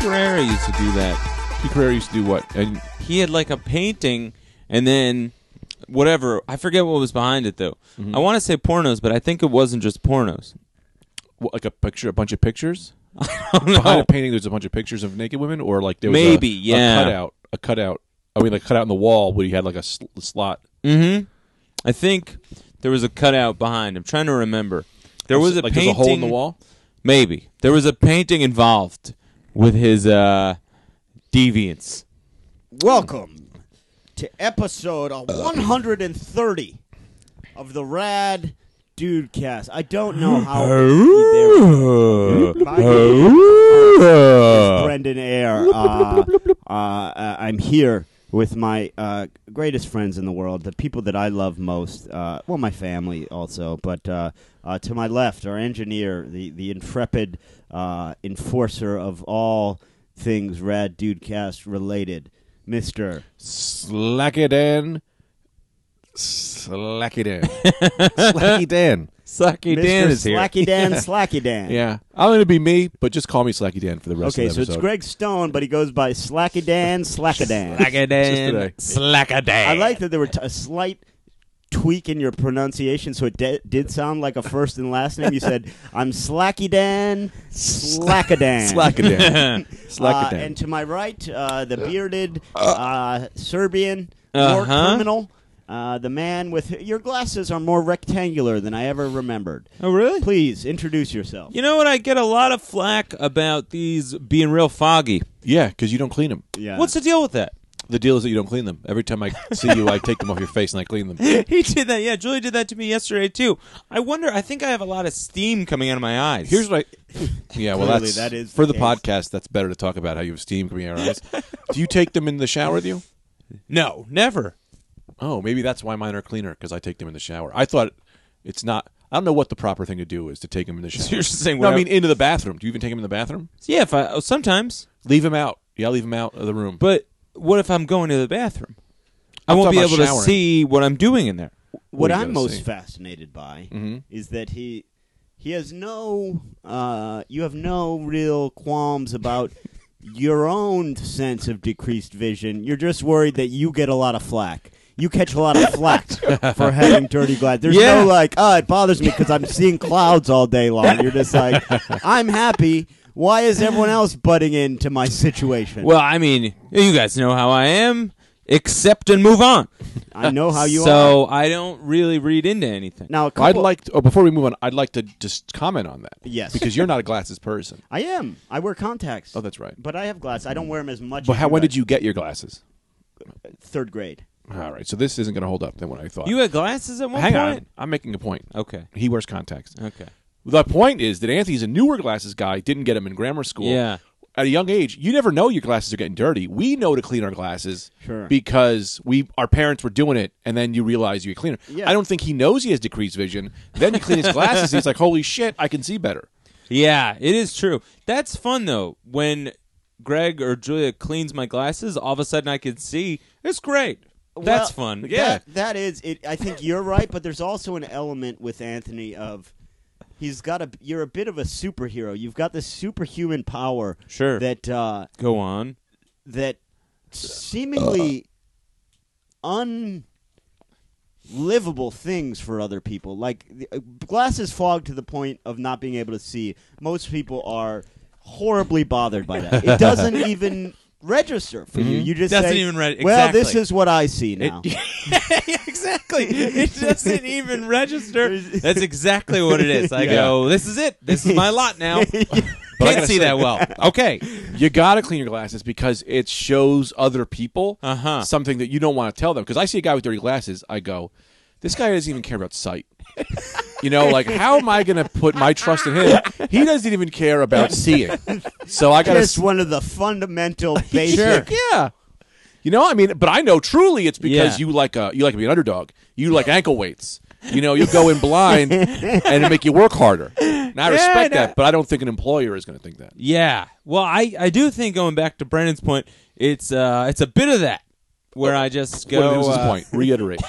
Carrera used to do that. Pete Carrera used to do what? And he had like a painting and then whatever i forget what was behind it though Mm-hmm. i want to say pornos but i think it wasn't just pornos what, like a picture, a bunch of pictures I don't behind know. a painting. There's a bunch of pictures of naked women, or like there was Maybe, a, yeah. a cutout, a cutout. I mean, like a cutout in the wall, but he had like a sl- slot. mm-hmm i think there was a cutout behind i'm trying to remember there was a like painting there's a hole in the wall. maybe there was a painting involved with his uh deviance Welcome to episode 130 of the Rad Dude Cast. I don't know how he there. My name is Brendan Air. Uh, uh, I'm here with my uh, greatest friends in the world, the people that I love most. Uh, well, my family also, but uh, uh, to my left, our engineer, the the intrepid uh, enforcer of all things Rad Dude Cast related, Mister. Slack it in. Slack it in. Slacky Dan. Slacky Dan is here. Slacky Dan, Slacky Dan. Yeah. I'm going to be me, but just call me Slacky Dan for the rest Okay, of so the episode. it's Greg Stone, but he goes by Slacky Dan, Slacky Dan. today. Slacky Dan. I like that there were t- a slight tweak in your pronunciation, so it de- did sound like a first and last name. You said, "I'm Slacky Dan, Slacky Dan." Slack it Dan. Uh, Slack it Dan. and to my right, uh, the bearded uh, Serbian war Uh-huh. criminal, uh, the man with your glasses are more rectangular than I ever remembered. oh really Please introduce yourself. you know what i get a lot of flack about these being real foggy Yeah, because you don't clean them. Yeah. what's the deal with that The deal is that you don't clean them. Every time I see you, I take them off your face and I clean them. He did that. Yeah, Julie did that to me yesterday too. I wonder. I think I have a lot of steam coming out of my eyes. Here's what I. Yeah, well, Clearly, that's that is for the the case. podcast. That's better to talk about how you have steam coming out of your eyes. Do you take them in the shower with you? no, never. Oh, maybe that's why mine are cleaner because I take them in the shower. I thought it's not. I don't know what the proper thing to do is to take them in the shower. you're just saying no, I whatever- mean into the bathroom. Do you even take them in the bathroom? So, yeah, if I oh, sometimes, Leave them out. Yeah, leave them out of the room. but what if I'm going to the bathroom? I won't talking be about able showering. to see what I'm doing in there. what What are you I'm gonna most say? fascinated by is that he he has no uh, you have no real qualms about your own sense of decreased vision. You're just worried that you get a lot of flack. You catch a lot of flack for having dirty glass. There's Yeah. no like, oh, it bothers me because I'm seeing clouds all day long. You're just like, I'm happy. Why is everyone else butting into my situation? Well, I mean, you guys know how I am. Accept and move on. I know how you are. so I don't really read into anything. Now, a I'd couple, like. To, oh, before we move on, I'd like to just comment on that. Yes. because you're not a glasses person. I am. I wear contacts. Oh, that's right. But I have glasses. I don't wear them as much. But as how? When guys. did you get your glasses? third grade. All right, so this isn't going to hold up than what I thought. you had glasses at one Hang point. on, I'm making a point. Okay. He wears contacts. Okay. The point is that Anthony's a newer glasses guy. Didn't get him in grammar school. Yeah. At a young age, you never know your glasses are getting dirty. We know to clean our glasses Sure. because we our parents were doing it, and then you realize you clean them. Yeah. I don't think he knows he has decreased vision. Then you clean his glasses, he's like, "Holy shit, I can see better." Yeah, it is true. That's fun though. When Greg or Julia cleans my glasses, all of a sudden I can see. It's great. That's Well, fun. that- Yeah. that is. It, I think you're right, but there's also an element with Anthony of he's got a. You're a bit of a superhero. You've got this superhuman power. Sure. That uh, Go on. that seemingly unlivable things for other people. Like the- uh, glasses fog to the point of not being able to see. Most people are horribly bothered by that. It doesn't even register for you. You just Mm-hmm. Doesn't say, even re- Well, this exactly. is what I see now. exactly. It doesn't even register. That's exactly what it is. I Yeah. go, this is it. This is my lot now. Can't see that well. Okay. You gotta clean your glasses because it shows other people Uh-huh. something that you don't want to tell them. Because I see a guy with dirty glasses, I go, "This guy doesn't even care about sight." you know, like how am I gonna put my trust in him? He doesn't even care about seeing. So I gotta just one of the fundamental basic. Yeah. You know, I mean, but I know truly it's because Yeah. you like a you like to be an underdog. You like ankle weights. You know, you go in blind and it make you work harder. And I respect that, but I don't think an employer is going to think that. Yeah. Well, I, I do think going back to Brennan's point, it's uh it's a bit of that where I just go. what is his uh, point? Reiterate.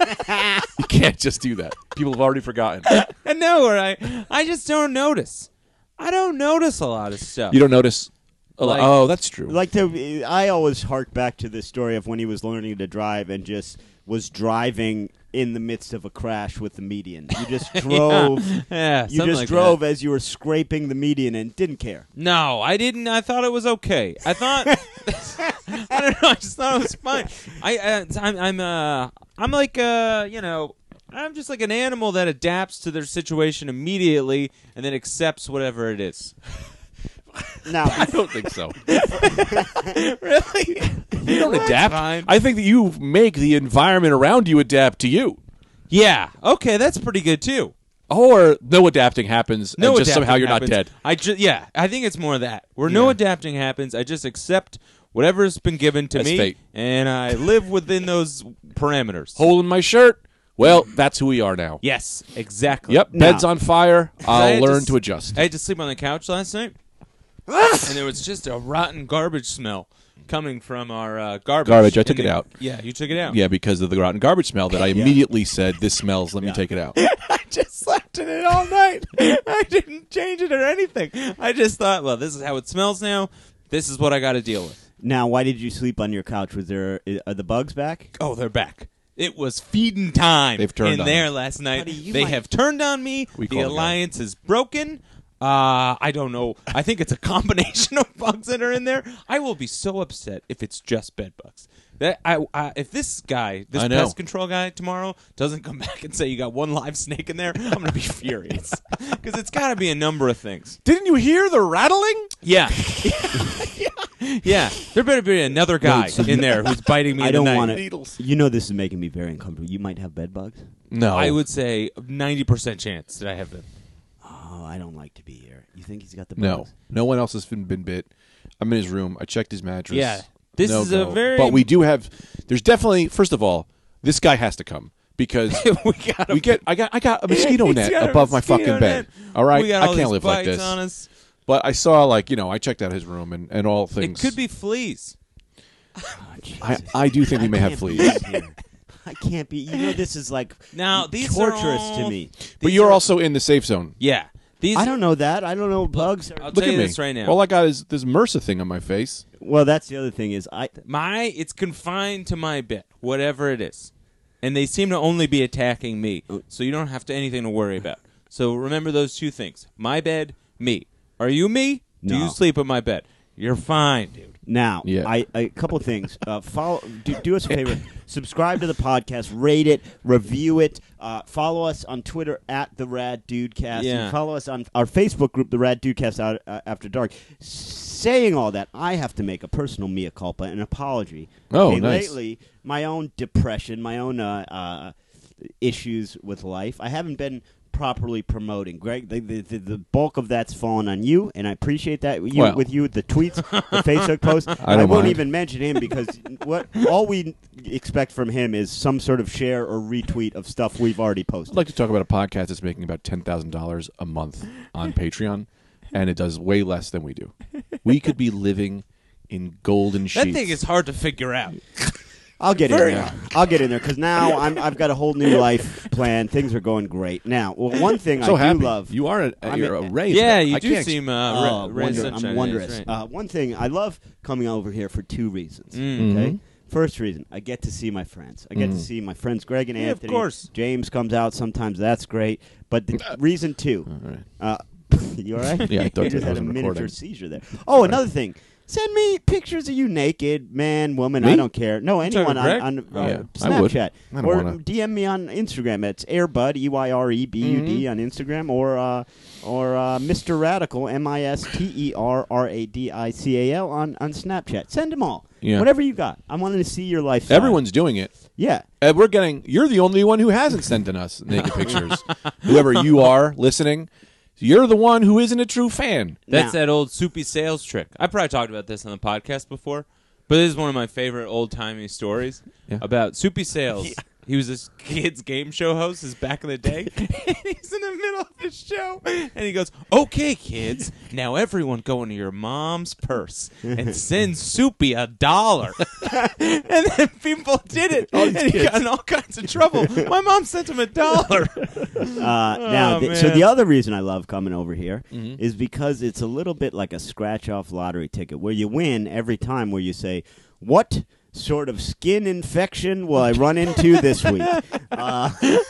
you can't just do that. People have already forgotten. I know, where I I just don't notice. I don't notice a lot of stuff. You don't notice Oh, Like- oh, that's true. Like the, I always hark back to this story of when he was learning to drive and just was driving in the midst of a crash with the median. You just drove. Yeah, You something just like that. drove as you were scraping the median and didn't care. No, I didn't. I thought it was okay. I thought I don't know. I just thought it was fun. I, uh, I'm I'm uh I'm like uh you know I'm just like an animal that adapts to their situation immediately and then accepts whatever it is. I Now, don't think so. really? You don't adapt. fine. I think that you make the environment around you adapt to you. Yeah. Okay, that's pretty good too. Or no adapting happens, No, and just adapting somehow you're happens. not dead. I just yeah. I think it's more of that where no adapting happens. I just accept whatever's been given to That's me fate. and I live within those parameters. Hole in my shirt. Well, that's who we are now. yes, exactly. Yep, No. bed's on fire. I I'll had learn s- to adjust. I had to sleep on the couch last night, and there was just a rotten garbage smell coming from our uh, garbage. Garbage, I took in it the- out. Yeah, you took it out. Yeah, because of the rotten garbage smell that I immediately said, this smells, let me take it out. just slept in it all night. I didn't change it or anything. I just thought, well, this is how it smells now. This is what I got to deal with. now, why did you sleep on your couch? Was there uh, are the bugs back? Oh, they're back. It was feeding time. They've turned in on there you. last night. Buddy, you they might- have turned on me. We the call it out. alliance is broken. Uh, I don't know. I think it's a combination of bugs that are in there. I will be so upset if it's just bed bugs. That I, I if this guy, this I know. pest control guy tomorrow doesn't come back and say you got one live snake in there, I'm gonna be furious because it's got to be a number of things. Didn't you hear the rattling? Yeah. yeah. There better be another guy so in there who's biting me. I in the don't night. want it. Needles. You know this is making me very uncomfortable. You might have bed bugs. No. I would say 90% chance that I have them. Oh, I don't like to be here. You think he's got the bugs? No. No one else has been, been bit. I'm in his room. I checked his mattress. Yeah. This No is a go. very- But we do have. There's definitely. First of all, this guy has to come because we got we get. I got. I got a mosquito He's net got a above my mosquito fucking bed. net. All right. We got I all can't these live like bites this. on us. But I saw like you know I checked out his room and and all It things. could be fleas. Oh, I Jesus. I do think we I may have can't be fleas. here. I can't be. You know this is like Now, these are torturous all- to me. But These you're are- also in the safe zone. Yeah. These I don't know that. I don't know bugs. Are... I'll Look tell at you me this right now. All I got is this MRSA thing on my face. Well, that's the other thing is I. my it's confined to my bed, whatever it is. And they seem to only be attacking me. Uh. So you don't have to anything to worry about. So remember those two things. My bed, me. Are you me? Do No. you sleep in my bed? You're fine, dude. Now, Yeah. I a couple things. Uh, follow, do, do us a favor. Subscribe to the podcast, rate it, review it. Uh, follow us on Twitter at the Rad Dudecast. Yeah. And follow us on our Facebook group, the Rad Dudecast Out uh, After Dark. S- Saying all that, I have to make a personal mea culpa, an apology. Oh, Okay, nice. Lately, my own depression, my own uh, uh, issues with life. I haven't been properly promoting greg the, the, the, the bulk of that's fallen on you and i appreciate that you, Well. with you the tweets the facebook posts I don't won't mind. even mention him because what all we expect from him is some sort of share or retweet of stuff we've already I'd posted. like to talk about a podcast that's making about ten thousand dollars a month on Patreon, and it does way less than we do. We could be living in golden sheets. That thing is hard to figure out. I'll get in Very- there. I'll get in there because now I'm, I've got a whole new life plan. Things are going great now. Well, one thing so I happy. do love. you are a, I'm you're a a- ray. Yeah, today. you I do can't- seem Oh, uh, ra- ray wonder- sunshine. I'm That's wondrous. right. Uh, one thing I love coming over here for two reasons. Mm-hmm. Mm. Okay, first reason I get to see my friends. I get Mm. to see my friends Greg and Yeah, of Anthony. course. James comes out sometimes. That's great. But the reason two, All right. Uh, you all right? Yeah, I thought you just I had a wasn't miniature recording. seizure there. Oh, another thing. Send me pictures of you naked, man, woman. I Me? don't care. No, talking anyone to on, Greg? on Oh, uh, yeah. I would. Snapchat I don't or wanna- DM me on Instagram. It's Airbud E Y R E B U D Mm-hmm. on Instagram or uh, or uh, Mr Radical M I S T E R R A D I C A L on on Snapchat. Send them all. Yeah. Whatever you got. I wanted to see your life. Everyone's doing it. Yeah. And we're getting. You're the only one who hasn't sent in us naked pictures. Whoever you are listening, you're the one who isn't a true fan. That's Now- that old soupy sales trick. I probably talked about this on the podcast before, but this is one of my favorite old timey stories Yeah. about soupy sales. He was this kid's game show host is back in the day. and he's in the middle of the show. And he goes, Okay, kids, now everyone go into your mom's purse and send Soupy a dollar. and then people did it. and he got in all kinds of trouble. My mom sent him a dollar. Uh, now, Oh, th- so man. the other reason I love coming over here is Mm-hmm. because it's a little bit like a scratch off lottery ticket where you win every time where you say, What sort of skin infection will I run into this week? Uh, y-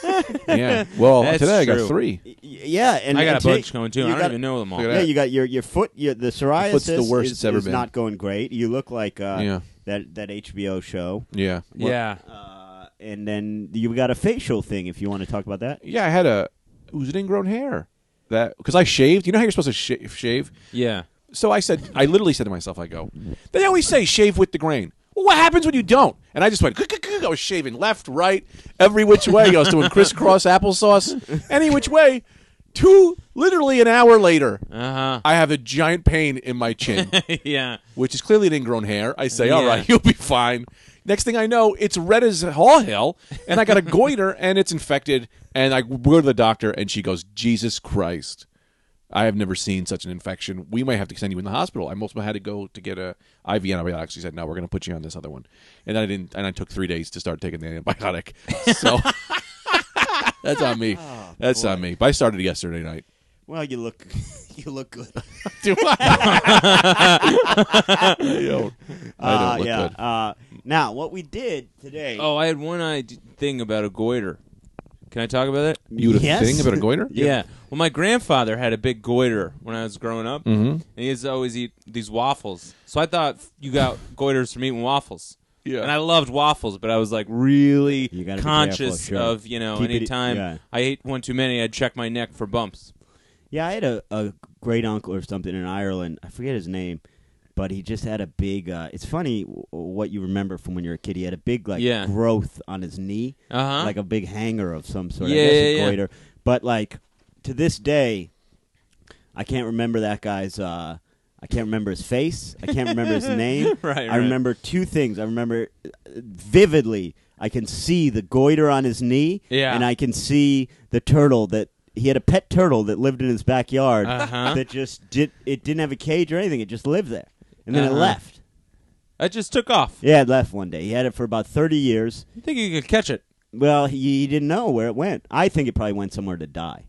Yeah. Well, That's today I true. got three. yeah, and I got and a take- bunch going too. you I don't got- even know them all. Look at Yeah, that. you got your your foot. Your, the psoriasis foot's the worst is, it's ever is been. not going great. You look like uh, Yeah. that that HBO show, Yeah. Yeah. uh, and then you got a facial thing. If you want to talk about that, Yeah, I had a it was an ingrown hair that because I shaved. You know how you're supposed to sh- shave. Yeah. So I said, I literally said to myself, I go, they always say shave with the grain. Well, what happens when you don't? And I just went, "Kuh-kuh-kuh." I was shaving left, right, every which way. I was doing crisscross applesauce, any which way. Two, literally an hour later, Uh I have a giant pain in my chin, huh. yeah. which is clearly an ingrown hair. I say, all Yeah. right, you'll be fine. Next thing I know, it's red as all hell, and I got a goiter, and it's infected. And I go to the doctor, and she goes, Jesus Christ. I have never seen such an infection. We might have to send you in the hospital. I most had to go to get a IV antibiotic. She said, "No, we're going to put you on this other one," and I didn't. And I took three days to start taking the antibiotic. So that's on me. that's on me. But I started yesterday night. well, you look you look good. Do I? I don't, I don't Uh, look yeah. good. Uh, now, what we did today. Oh, I had one idea- thing about a goiter. Can I talk about it? You would Yes. think about a goiter? Yeah. Well, my grandfather had a big goiter when I was growing up, Mm. mm-hmm. and he used to always eat these waffles. So I thought you got goiters from eating waffles. Yeah. And I loved waffles, but I was like really You gotta be conscious careful, sure. of you know Keep it- anytime yeah. I ate one too many, I'd check my neck for bumps. Yeah, I had a, a great uncle or something in Ireland. I forget his name, but he just had a big. Uh, it's funny w- what you remember from when you were a kid. He had a big like Yeah. growth on his knee, Uh huh. like a big hanger of some sort. I Yeah, guess yeah, a yeah. goiter. But like to this day, I can't remember that guy's. Uh, I can't remember his face. I can't remember his name. Right, I right. remember two things. I remember uh, vividly. I can see the goiter on his knee, Yeah. and I can see the turtle that he had a pet turtle that lived in his backyard Uh-huh. that just did. It didn't have a cage or anything. It just lived there, and then it Uh-huh. left. I just took off. Yeah, it left one day. He had it for about thirty years. You think you could catch it? Well, he, he didn't know where it went. I think it probably went somewhere to die.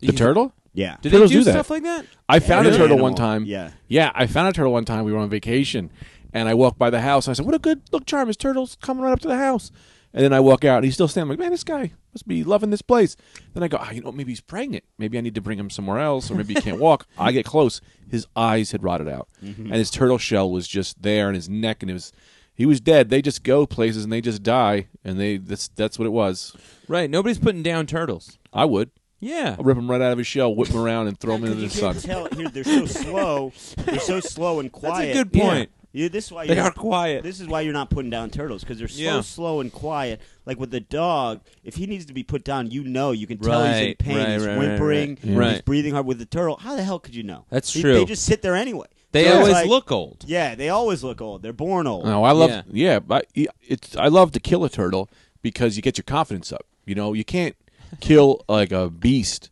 The turtle? Yeah. Did Turtles they do, do that. stuff like that? I found Every a turtle animal. one time. Yeah. Yeah, I found a turtle one time. We were on vacation, and I walked by the house. And I said, "What a good look, charm! His turtle's coming right up to the house." And then I walk out, and he's still standing. I'm like, man, this guy must be loving this place. Then I go, ah, you know, maybe he's pregnant. Maybe I need to bring him somewhere else, or maybe he can't walk. I get close. His eyes had rotted out, and his turtle shell was just there, and his neck, and it was, he was dead. They just go places, and they just die, and they that's that's what it was. Right. Nobody's putting down turtles. I would. Yeah. Oh, I'll rip him right out of his shell, whip him around, and throw him into you the can't sun. tell. Here, they're so slow. They're so slow and quiet. good point. Yeah. You- this is why They you're- are quiet. This is why you're not putting down turtles because they're so Yeah. slow and quiet. Like with the dog, if he needs to be put down, you know you can tell he's in Right, pain. right, he's right, right, whimpering. right. Right. He's breathing hard. With the turtle, how the hell could you know? That's They- They true. just sit there anyway. They So it's always like- look Oh, old. Yeah, they always look old. They're born old. No, I love Yeah. yeah, but I- it's I love to kill a turtle because you get your confidence up. You know, you can't kill like a beast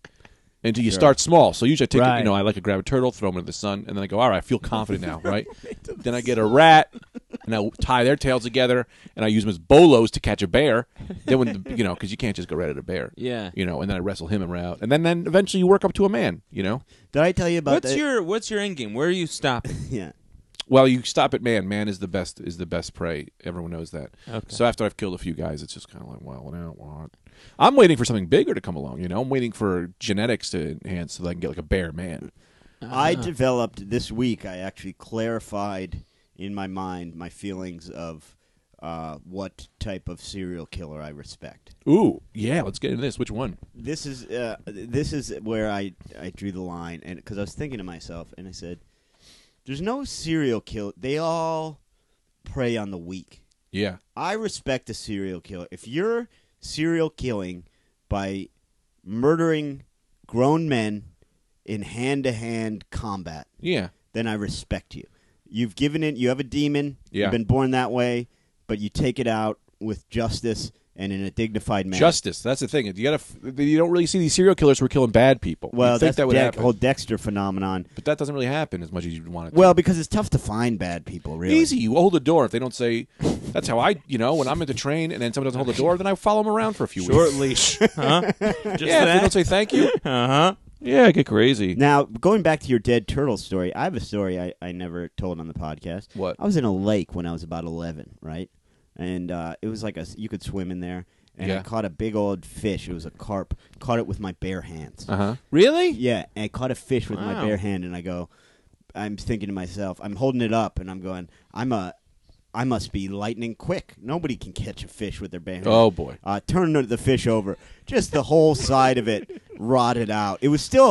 until you start small. So usually I take, it- Right. you know, I like to grab a turtle, throw him into the sun, and then I go, all right, I feel confident now, right? then I get a rat, and I tie their tails together, and I use them as bolos to catch a bear. Then when the, you know, because you can't just go right at a bear, Yeah. you know, and then I wrestle him around, and then then eventually you work up to a man, you know. Did I tell you about what's that? your What's your end game? Where are you stopping? yeah. Well, you stop at man. Man is the best is the best prey. Everyone knows that. Okay. So after I've killed a few guys, it's just kind of like, well, what I don't want. I'm waiting for something bigger to come along. You know, I'm waiting for genetics to enhance so that I can get like a bear man. I developed this week. I actually clarified in my mind my feelings of uh, what type of serial killer I respect. Ooh, yeah. Let's get into this. Which one? This is uh, this is where I I drew the line, and because I was thinking to myself, and I said, "There's no serial killer. They all prey on the weak." Yeah. I respect a serial killer. If you're serial killing by murdering grown men in hand-to-hand combat, Yeah. then I respect you. You've given it. You have a demon. Yeah. You've been born that way, but you take it out with justice and in a dignified manner. Justice. That's the thing. You gotta. f- You don't really see these serial killers who are killing bad people. You'd well, that's think that would Dex- happen, whole Dexter phenomenon. but that doesn't really happen as much as you'd want it. to. Well, because it's tough to find bad people, really. Easy. You hold the door if they don't say. That's how I, you know, when I'm at the train and then someone doesn't hold the door, then I follow them around for a few Short weeks. leash, huh? Just Yeah, if they don't that, say thank you. uh Uh-huh. huh. Yeah, I get crazy. Now, going back to your dead turtle story, I have a story I, I never told on the podcast. What? I was in a lake when I was about 11, right? And uh, it was like a, you could swim in there. And I Yeah. caught a big old fish. It was a carp. Caught it with my bare hands. Uh huh. Really? Yeah, and I caught a fish with my Wow. bare hand, and I go, I'm thinking to myself, I'm holding it up, and I'm going, I'm a, I must be lightning quick. Nobody can catch a fish with their bare hand. Oh boy. Uh, turned the- the fish over, just the whole side of it rotted out. It was still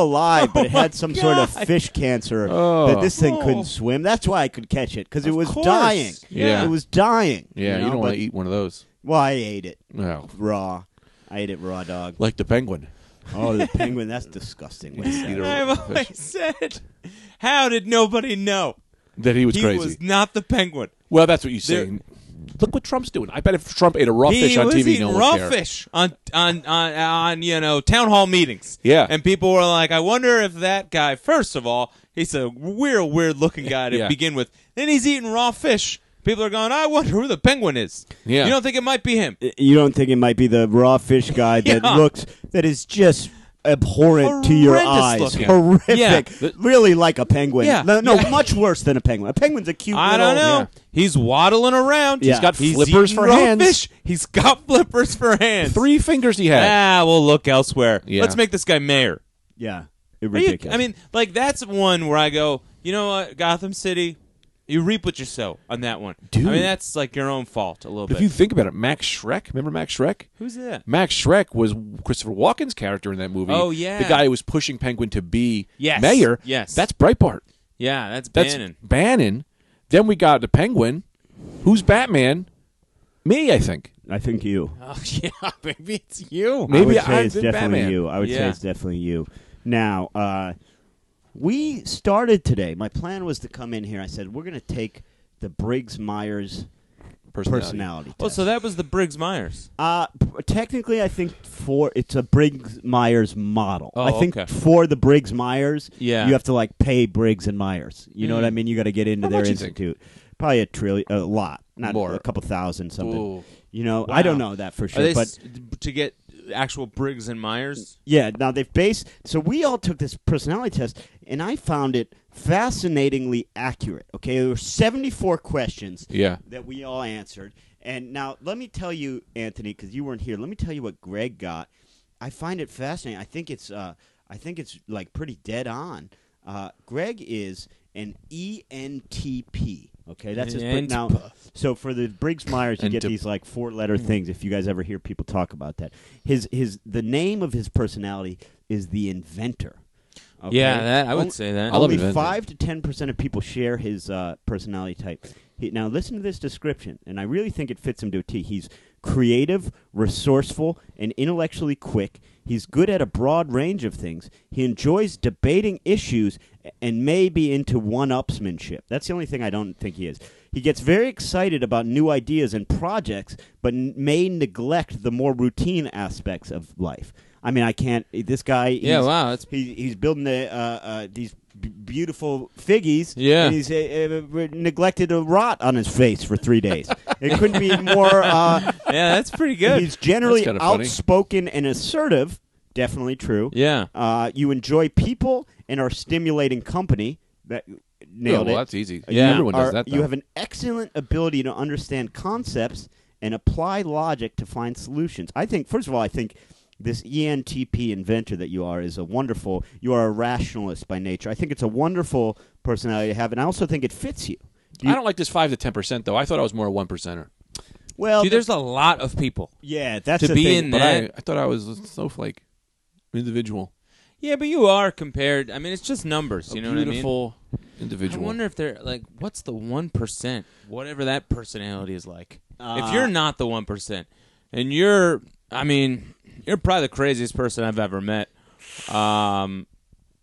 alive, but it had some sort of God. fish cancer Oh. that this thing Oh. couldn't swim. That's why I could catch it because it Of was course. dying. Yeah. it was dying. Yeah, you, know, don't want but- to eat one of those. Well, I ate it No. raw. I ate it raw, dog. Like the penguin. Oh, the penguin! That's disgusting. What's that? Eat a- I've always said, how did nobody know That he was he crazy. was not the penguin? well, that's what you say. There- Look what Trump's doing. I bet if Trump ate a raw he fish on was TV, eating no one raw cared. fish on, on on on you know town hall meetings. Yeah. and people were like, "I wonder if that guy." First of all, he's a weird, weird looking guy to Yeah. begin with. Then he's eating raw fish. People are going, "I wonder who the penguin is." Yeah. you don't think it might be him? you don't think it might be the raw fish guy that Yeah. looks that is just abhorrent to your Horrendous eyes, looking. horrific, Yeah. The- really like a penguin. Yeah. No, no, much worse than a penguin. A penguin's a cute. I little, don't know. He's waddling around. Yeah. He's got flippers eating for raw hands. Fish. He's got flippers for hands. Three fingers he had. Ah, we'll look elsewhere. Yeah. Let's make this guy mayor. Yeah, it Are you- ridiculous. I mean, like that's one where I go, you know what, Gotham City, you reap what you sow on that one. Dude. I mean, that's like your own fault a little But bit. if you think about it, Max Shrek. Remember Max Shrek? Who's that? Max Shrek was Christopher Walken's character in that movie. Oh, yeah. the guy who was pushing Penguin to be Yes, mayor. yes. that's Breitbart. Yeah, that's That's Bannon. Bannon. Then we got the Penguin. Who's Batman? Me, I think. I think you. Oh yeah, maybe it's you. Maybe I would I've say it's been definitely Batman. you. I would say Yeah. it's definitely you. Now, uh, we started today. My plan was to come in here. I said we're going to take the Briggs Myers Personality. personality. Oh, test. so that was the Briggs Myers. Uh, p- technically, I think for it's a Briggs Myers model. Oh, I think okay. for the Briggs Myers, Yeah. Mm. you have to like pay Briggs and Myers. You know what I mean? You got to get into How their much you think? institute. Probably a trillion, a lot, not More. a couple thousand something. Ooh. You know, Wow. I don't know that for Are sure, they but s- to get actual Briggs and Myers? yeah. Now they've based. So we all took this personality test, and I found it fascinatingly accurate. Okay, there were seventy-four questions Yeah. that we all answered. And now let me tell you, Anthony, because you weren't here. Let me tell you what Greg got. I find it fascinating. I think it's uh, I think it's like pretty dead on. Uh, Greg is an E ENTP. Okay, that's E his but now. So for the Briggs Myers, you And get to- these like four letter things. If you guys ever hear people talk about that, his his the name of his personality is the inventor. Okay? Yeah, that I would Only- say that. I love only inventing. five to ten percent of people share his uh, personality type. He, now, listen to this description, and I really think it fits him to a T. He's creative, resourceful, and intellectually quick. He's good at a broad range of things. He enjoys debating issues a- and may be into one-upsmanship. That's the only thing I don't think he is. He gets very excited about new ideas and projects, but n- may neglect the more routine aspects of life. I mean, I can't. This guy. yeah, he's- wow, that's he, he's building the, uh, uh, these b- beautiful figgies. Yeah. And he's uh, uh, neglected to rot on his face for three days. it couldn't be more. Uh, yeah, that's pretty good. He's generally That's kinda funny. outspoken and assertive. Definitely true. Yeah, Uh, you enjoy people and are stimulating company. That nailed Oh, well, it. Uh, that's easy. You Yeah. everyone does are- that. You though. have an excellent ability to understand concepts and apply logic to find solutions. I think, first of all, I think this E ENTP inventor that you are is a wonderful. You are a rationalist by nature. I think it's a wonderful personality to have, and I also think it fits you. Do you- I don't like this five to ten percent though. I thought I was more a one percenter. well, dude, there's a lot of people. yeah, that's to the be thing. in But that- I, I thought I was a snowflake, individual, Yeah, but you are compared. I mean, it's just numbers. You a know what I mean? beautiful I individual. wonder if they're like, what's the one percent? Whatever that personality is like. Uh, if you're not the one percent, and you're, I mean, you're probably the craziest person I've ever met. Um,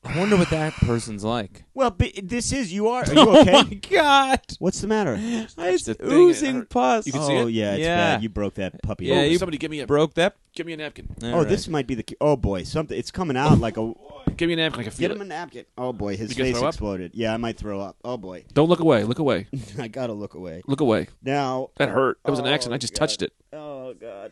I wonder what that person's like. Well, but this is you are. Are you okay? Oh my god! What's the matter? It's the thing, it oozing hurt. pus. You can oh see it? yeah, it's Yeah. bad. You broke that puppy. Yeah, open. you- somebody give me a broke that. give me a napkin. oh, this might be the. cu- Oh boy, something. It's coming Oh. out like a. Give me a napkin. I can Get feel him a it. napkin. Oh boy, his You gonna face throw up? exploded. Yeah, I might throw up. Oh boy, Don't look away. Look away. I gotta look away Look away. now. That hurt. That was an Oh, accident. I just God. touched it. Oh god.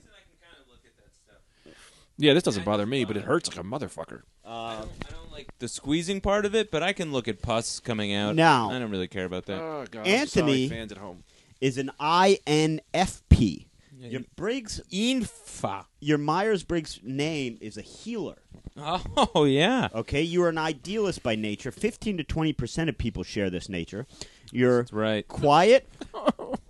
Yeah, this doesn't bother me, but it hurts like a motherfucker. Uh, I don't like the squeezing part of it, but I can look at pus coming out. Now- I don't really care about that. Oh god. I'm sorry, Anthony- fans at home. is an INFP. Your you- Briggs, Infa. your Myers Briggs name is a healer. Oh yeah. Okay, you are an idealist by nature. Fifteen to twenty percent of people share this nature. You're That's right. quiet.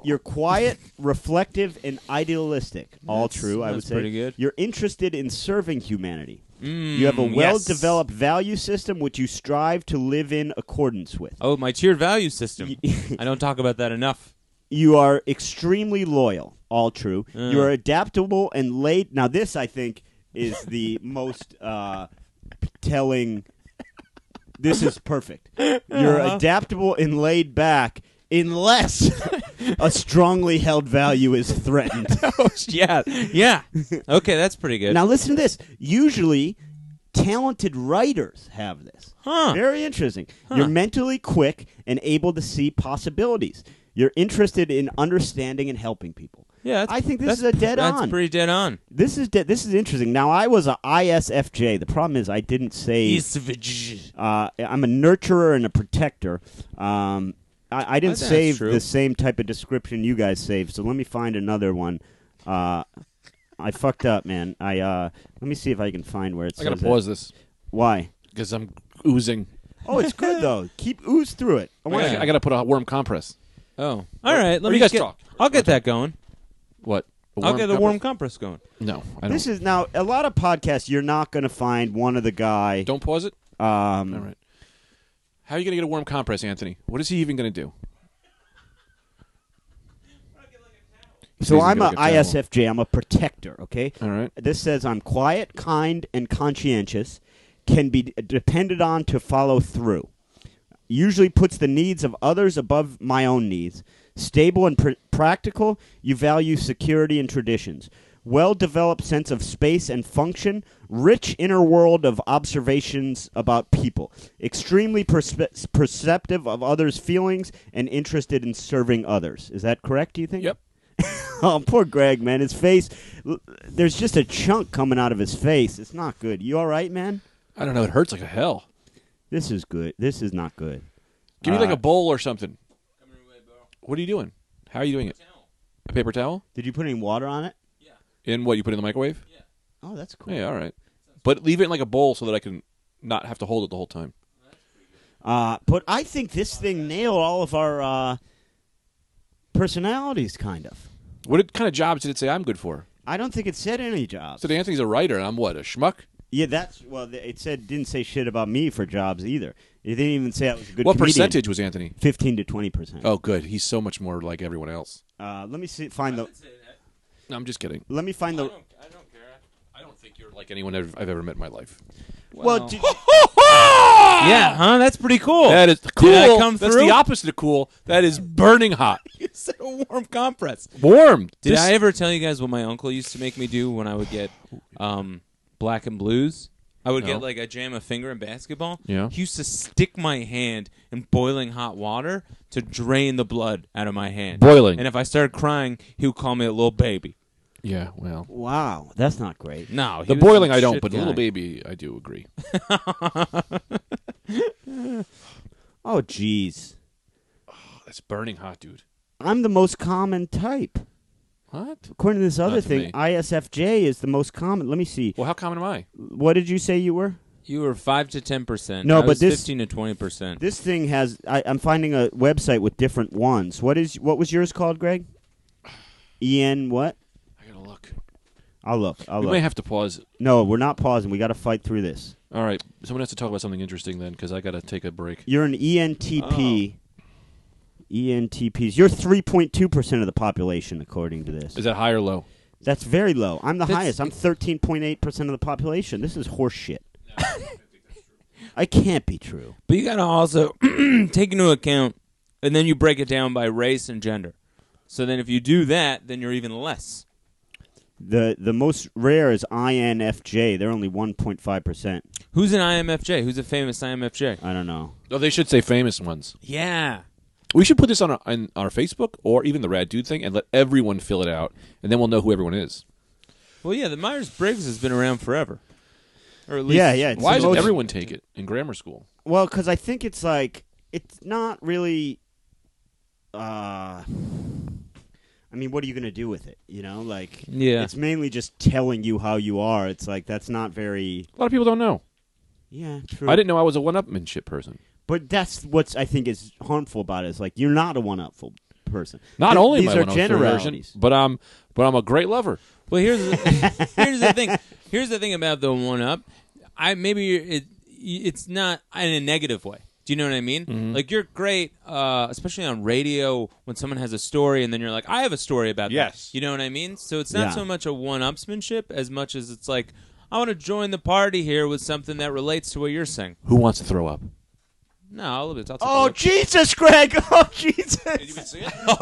You're quiet, reflective, and idealistic. All That's- true, I that's would say. pretty good. You're interested in serving humanity. you have a Mm, well-developed value system which you strive to live in accordance with. yes. Oh, my tiered value system. I don't talk about that enough. You are extremely loyal. All true. Uh. You are adaptable and late. Now, this I think is the most uh, telling. This is perfect. You're Uh-huh. adaptable and laid back, unless a strongly held value is threatened. yeah. Yeah. Okay, that's pretty good. now, listen to this. Usually, talented writers have this. huh. Very interesting. You're mentally quick and able to see possibilities. You're interested in understanding and helping people. Yeah, that's, I think this that's is a dead that's on. pretty dead on. This is de- this is interesting. Now I was a ISFJ. The problem is I didn't say uh, I'm a nurturer and a protector. Um, I, I I think didn't that's save true. the same type of description you guys saved. So let me find another one. Uh, I fucked up, man. I uh, let me see if I can find where it I says gotta that. pause this Why? because I'm oozing. Oh, it's good though. Keep ooze through it. I I wanna- gotta, I gotta put a warm compress. Oh, all right. Let or me you guys get. talk. I'll get that going. What? A I'll get a warm compress? compress going. No, I don't. This is now a lot of podcasts. You're not going to find one of the guy. don't pause it. Um, All right. How are you gonna get a warm compress, Anthony? What is he even gonna do? So He's I'm a gonna get that ISFJ. I'm a protector. Okay. All right. This says I'm quiet, kind, and conscientious. Can be d- depended on to follow through. Usually puts the needs of others above my own needs. Stable and pr- practical. You value security and traditions. Well developed sense of space and function. Rich inner world of observations about people. Extremely perspe- perceptive of others' feelings and interested in serving others. Is that correct? Do you think? Yep. Oh, poor Greg, man. His face. l- There's just a chunk coming out of his face. It's not good. You all right, man? I don't know. It hurts like a hell. This is good. This is not good. Give me like Uh, a bowl or something. What are you doing? How are you doing it? A paper towel? Did you put any water on it? In what you put in the microwave? Oh, that's cool. Yeah, all right. But leave it in like a bowl so that I can not have to hold it the whole time. Uh, but I think this thing nailed all of our uh, personalities, kind of. What did- kind of jobs did it say I'm good for? I don't think it said any jobs. So Anthony's a writer, and I'm what a schmuck. yeah, that's well. th- It said didn't say shit about me for jobs either. It didn't even say I was a good. what comedian. percentage was Anthony? Fifteen to twenty percent. Oh, good. He's so much more like everyone else. Uh, let me see. Find the. No, I'm just kidding. Let me find the. I don't care. I don't think you're like anyone I've, I've ever met in my life. Well, Wow. did- Oh. Yeah, huh? That's pretty cool. That is cool. Did I come That's through? the opposite of cool. That is burning hot, It's a warm compress. warm. Did This- I ever tell you guys what my uncle used to make me do when I would get um, black and blues? I would No. get like I jam a finger in basketball. Yeah. He used to stick my hand in boiling hot water to drain the blood out of my hand. Boiling. And if I started crying, he would call me a little baby. Yeah. Well, wow, that's not great. No, he the was a boiling I don't, shit but the little guy. baby I do agree. Oh, jeez. Oh, that's burning hot, dude. I'm the most common type. What? According to this other Not to thing, me. ISFJ is the most common. Let me see. Well, how common am I? What did you say you were? You were five to ten percent. No, I but was this- fifteen to twenty percent. This thing has. I, I'm finding a website with different ones. What is? What was yours called, Greg? En what? I gotta look. I'll look. I'll We look. may have to pause. no, we're not pausing. We got to fight through this. All right, someone has to talk about something interesting then, because I gotta take a break. You're an E ENTP. Oh. E ENTPs. You're 3.2 percent of the population, according to this. Is that high or low? That's very low. I'm the That's- highest. I'm 13.8 percent of the population. This is horseshit. I can't be true. But you gotta also take into account, and then you break it down by race and gender. So then, if you do that, then you're even less. The the most rare is INFJ. They're only 1.5%. Who's an IMFJ? Who's a famous IMFJ? I don't know. No, Oh, they should say famous ones. Yeah. We should put this on our, on our Facebook or even the Rad Dude thing and let everyone fill it out, and then we'll know who everyone is. Well, yeah. The Myers Briggs has been around forever. Or at least Yeah, yeah, It's Why the doesn't most- everyone take it in grammar school? Well, because I think it's like it's not really. Uh, I mean, what are you going to do with it? You know, like Yeah. it's mainly just telling you how you are. It's like that's not very. A lot of people don't know. Yeah, true. I didn't know I was a one-upmanship person. But that's what's I think is harmful about it. Is like you're not a one-upful person. Not Th- only these am I are one version, generalities. but I'm but I'm a great lover. Well, here's the, here's the thing. Here's the thing about the one up. I maybe it it's not in a negative way. Do you know what I mean? Like you're great, uh, especially on radio when someone has a story and then you're like, I have a story about that. Yes. You know what I mean? So it's not Yeah. so much a one-upsmanship as much as it's like I want to join the party here with something that relates to what you're saying. Who wants to throw up? No, I'll, I'll take a Oh look. Jesus, Greg! Oh Jesus! see it? Oh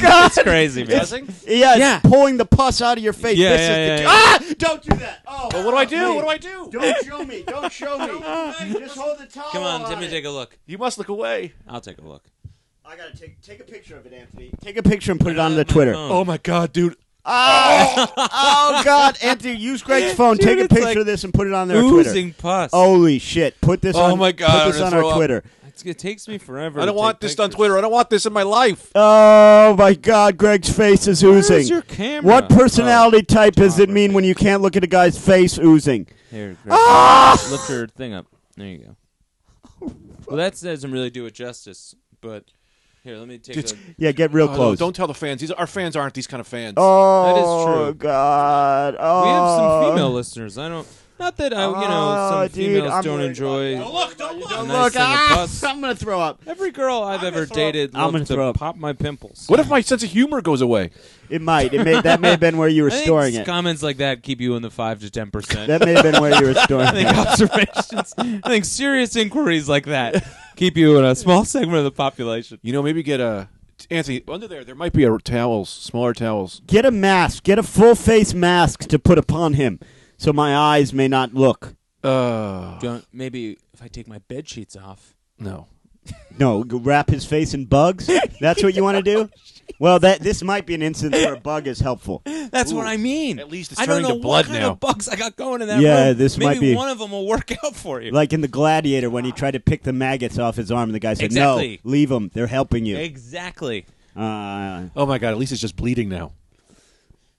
God! that's crazy, man. Yeah, it's Yeah. pulling the pus out of your face. Yeah, this yeah, is the yeah, Ah! Don't do that. Oh, Well, what do I do? please. What do I do? Don't show me. Don't show me. Just hold the towel. Come on, on let me it. take a look. You must look away. I'll take a look. I gotta take take a picture of it, Anthony. Take a picture and put it on my the Twitter. phone. Oh, Oh my god, dude! oh God, Anthony, use Greg's phone. Dude, take a it's picture like of this and put it on their Twitter. Oh. Oozing pus. Holy shit! Put this. Oh on, my God, Put this I'm on gonna our throw up. Twitter. It's- it takes me forever. I to don't want take this on pictures. Twitter. I don't want this in my life. Oh my God, Greg's face is oozing. Where's your camera? Oh, what personality type does it mean when you can't look at a guy's face oozing? Oh, here, Greg. Ah! lift your thing up. There you go. Well, that doesn't really do it justice, but here, let me take It's- a. Yeah, get real Oh, no, close. don't tell the fans. These our fans aren't these kind of fans. Oh, That is true. God. Oh, We have some female listeners. I don't. Not that I, you know, some Oh, dude, females I'm don't worried enjoy. about look! Don't look! a Don't nice look. thing of Ah, pus. I'm gonna throw up. Every girl I've ever throw up. dated I'm gonna loves throw to up. pop my pimples. What if my sense of humor goes away? It might. It may, that may have been where you were I think storing it. Comments like that keep you in the five to ten percent. That may have been where you were storing I think it. observations. I think serious inquiries like that keep you in a small segment of the population. You know, maybe get a Anthony under there. There might be a towels, smaller towels. Get a mask. Get a full face mask to put upon him, so my eyes may not look. Uh, Don't, maybe if I take my bed sheets off. no. No, g- wrap his face in bugs. That's what you want to Oh, do. Well, that this might be an instance where a bug is helpful. That's what I mean. At least it's I don't turning know to blood what kind now. of bugs I got going in that Yeah, room. this Maybe might be- one of them will work out for you. Like in the Gladiator when he tried to pick the maggots off his arm, and the guy said, Exactly. "No, leave them. They're helping you." exactly. Uh, Oh my god! At least it's just bleeding now.